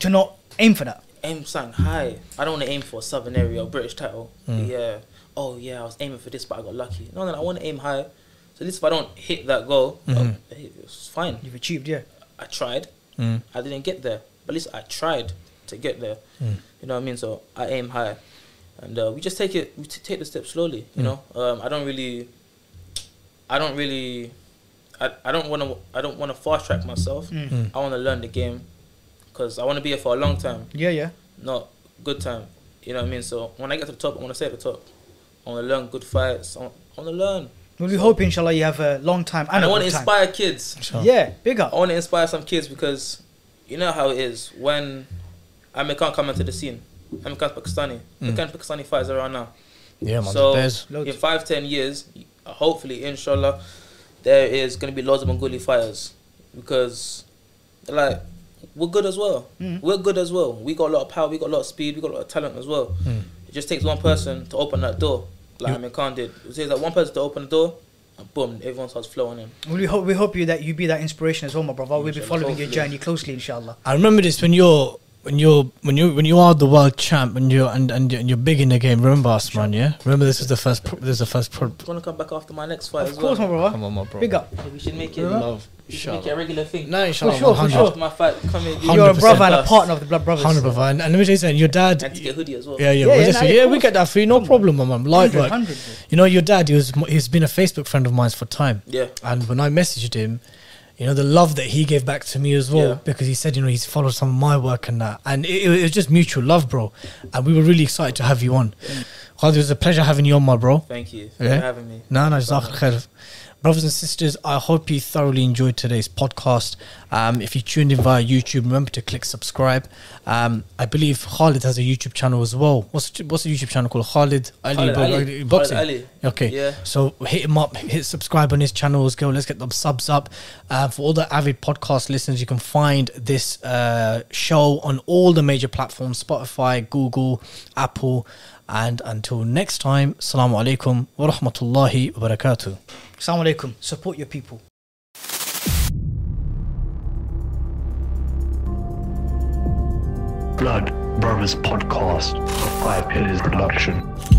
[SPEAKER 3] To not aim for that.
[SPEAKER 4] aim something high. I don't want to aim for a Southern area or British title. Yeah. Oh yeah, I was aiming for this, but I got lucky. No, no, I want to aim high. So at least if I don't hit that goal, oh, hey, it's fine.
[SPEAKER 3] You've achieved, yeah.
[SPEAKER 4] I tried.
[SPEAKER 2] Mm.
[SPEAKER 4] I didn't get there, but at least I tried to get there. You know what I mean? So I aim high, and uh, we just take it. We t- take the step slowly. You know, um, I don't really, I don't really, I, I don't want to. I don't want to fast track myself.
[SPEAKER 3] Mm.
[SPEAKER 4] I want to learn the game, because I want to be here for a long time,
[SPEAKER 3] Yeah, yeah.
[SPEAKER 4] not good time. You know what I mean? So when I get to the top, I want to stay at the top. I want to learn good fights. I want to learn.
[SPEAKER 3] Well, we hope, inshallah, you have a long time and
[SPEAKER 4] And I
[SPEAKER 3] a
[SPEAKER 4] want
[SPEAKER 3] good
[SPEAKER 4] to
[SPEAKER 3] time.
[SPEAKER 4] inspire kids.
[SPEAKER 2] So-
[SPEAKER 3] Yeah, big up.
[SPEAKER 4] I want to inspire some kids because you know how it is when American come into the scene. American Pakistani, American Pakistani fighters around now.
[SPEAKER 2] Hmm. Yeah, man.
[SPEAKER 4] so
[SPEAKER 2] there's
[SPEAKER 3] Loads.
[SPEAKER 4] in five ten years, hopefully, inshallah, there is going to be loads of Bengali fighters because like we're good as well.
[SPEAKER 2] Hmm.
[SPEAKER 4] We're good as well. We got a lot of power. We got a lot of speed. We got a lot of talent as well. It just takes one person to open that door, like
[SPEAKER 2] Hmm. You-
[SPEAKER 4] Amir Khan did. It takes like one person to open the door, and boom, everyone starts flowing in.
[SPEAKER 3] Well, we hope we hope you that you be that inspiration as well, my brother. We'll be
[SPEAKER 4] Inshallah.
[SPEAKER 3] following your
[SPEAKER 4] Hopefully.
[SPEAKER 3] journey closely, inshallah.
[SPEAKER 2] I remember this when you're when you're when you when you are the world champ and you're and, and you're- and you're big in the game. Remember us, man. Yeah. Remember this is the first pro- this is the first pro-
[SPEAKER 4] Do you want to come back after my next fight
[SPEAKER 3] Of
[SPEAKER 4] as well?
[SPEAKER 3] course, my brother.
[SPEAKER 2] Come on, my bro.
[SPEAKER 3] Big up.
[SPEAKER 4] We should make it.
[SPEAKER 2] Love.
[SPEAKER 4] We should make it a regular thing.
[SPEAKER 2] No, inshallah.
[SPEAKER 3] For sure, for
[SPEAKER 2] 100.
[SPEAKER 3] sure.
[SPEAKER 4] After my fight, come in.
[SPEAKER 2] Hundred
[SPEAKER 3] You're a brother and a
[SPEAKER 4] percent.
[SPEAKER 3] partner of the Blood Brothers.
[SPEAKER 2] Hundred percent. And, and let me tell you something. Your dad.
[SPEAKER 4] And to get hoodie as well.
[SPEAKER 2] Yeah, yeah,
[SPEAKER 3] Yeah,
[SPEAKER 2] we'll
[SPEAKER 3] yeah,
[SPEAKER 2] just
[SPEAKER 3] no,
[SPEAKER 2] say,
[SPEAKER 3] of
[SPEAKER 2] yeah, we
[SPEAKER 3] course.
[SPEAKER 2] get that for you, no problem, my mum. Light
[SPEAKER 3] 100,
[SPEAKER 2] work.
[SPEAKER 3] 100, bro.
[SPEAKER 2] You know, your dad, he was, he's been a Facebook friend of mine for time.
[SPEAKER 4] Yeah.
[SPEAKER 2] And when I messaged him, you know, the love that he gave back to me as well,
[SPEAKER 4] Yeah.
[SPEAKER 2] because he said, you know, he's followed some of my work and that. And it, it was just mutual love, bro. And we were really excited to have you on. Khalid, it was a pleasure having you on, my bro.
[SPEAKER 4] Thank you for
[SPEAKER 2] Yeah.
[SPEAKER 4] having me.
[SPEAKER 2] No, no, Jazakallah khair. Brothers and sisters, I hope you thoroughly enjoyed today's podcast. Um, if you tuned in via YouTube, remember to click subscribe. Um, I believe Khalid has a YouTube channel as well. What's what's the YouTube channel called? Khalid Ali,
[SPEAKER 4] Khalid
[SPEAKER 2] Bo-
[SPEAKER 4] Ali.
[SPEAKER 2] Ali Boxing.
[SPEAKER 4] Khalid Ali.
[SPEAKER 2] Okay.
[SPEAKER 4] Yeah.
[SPEAKER 2] So hit him up, hit subscribe on his channel as well. Let's get them subs up. Uh, for all the avid podcast listeners, you can find this uh, show on all the major platforms Spotify, Google, Apple. And until next time, Assalamu alaikum wa rahmatullahi wa barakatuh.
[SPEAKER 3] Assalamu alaikum. Support your people.
[SPEAKER 1] Blood Brothers Podcast, a Five Pillars Production.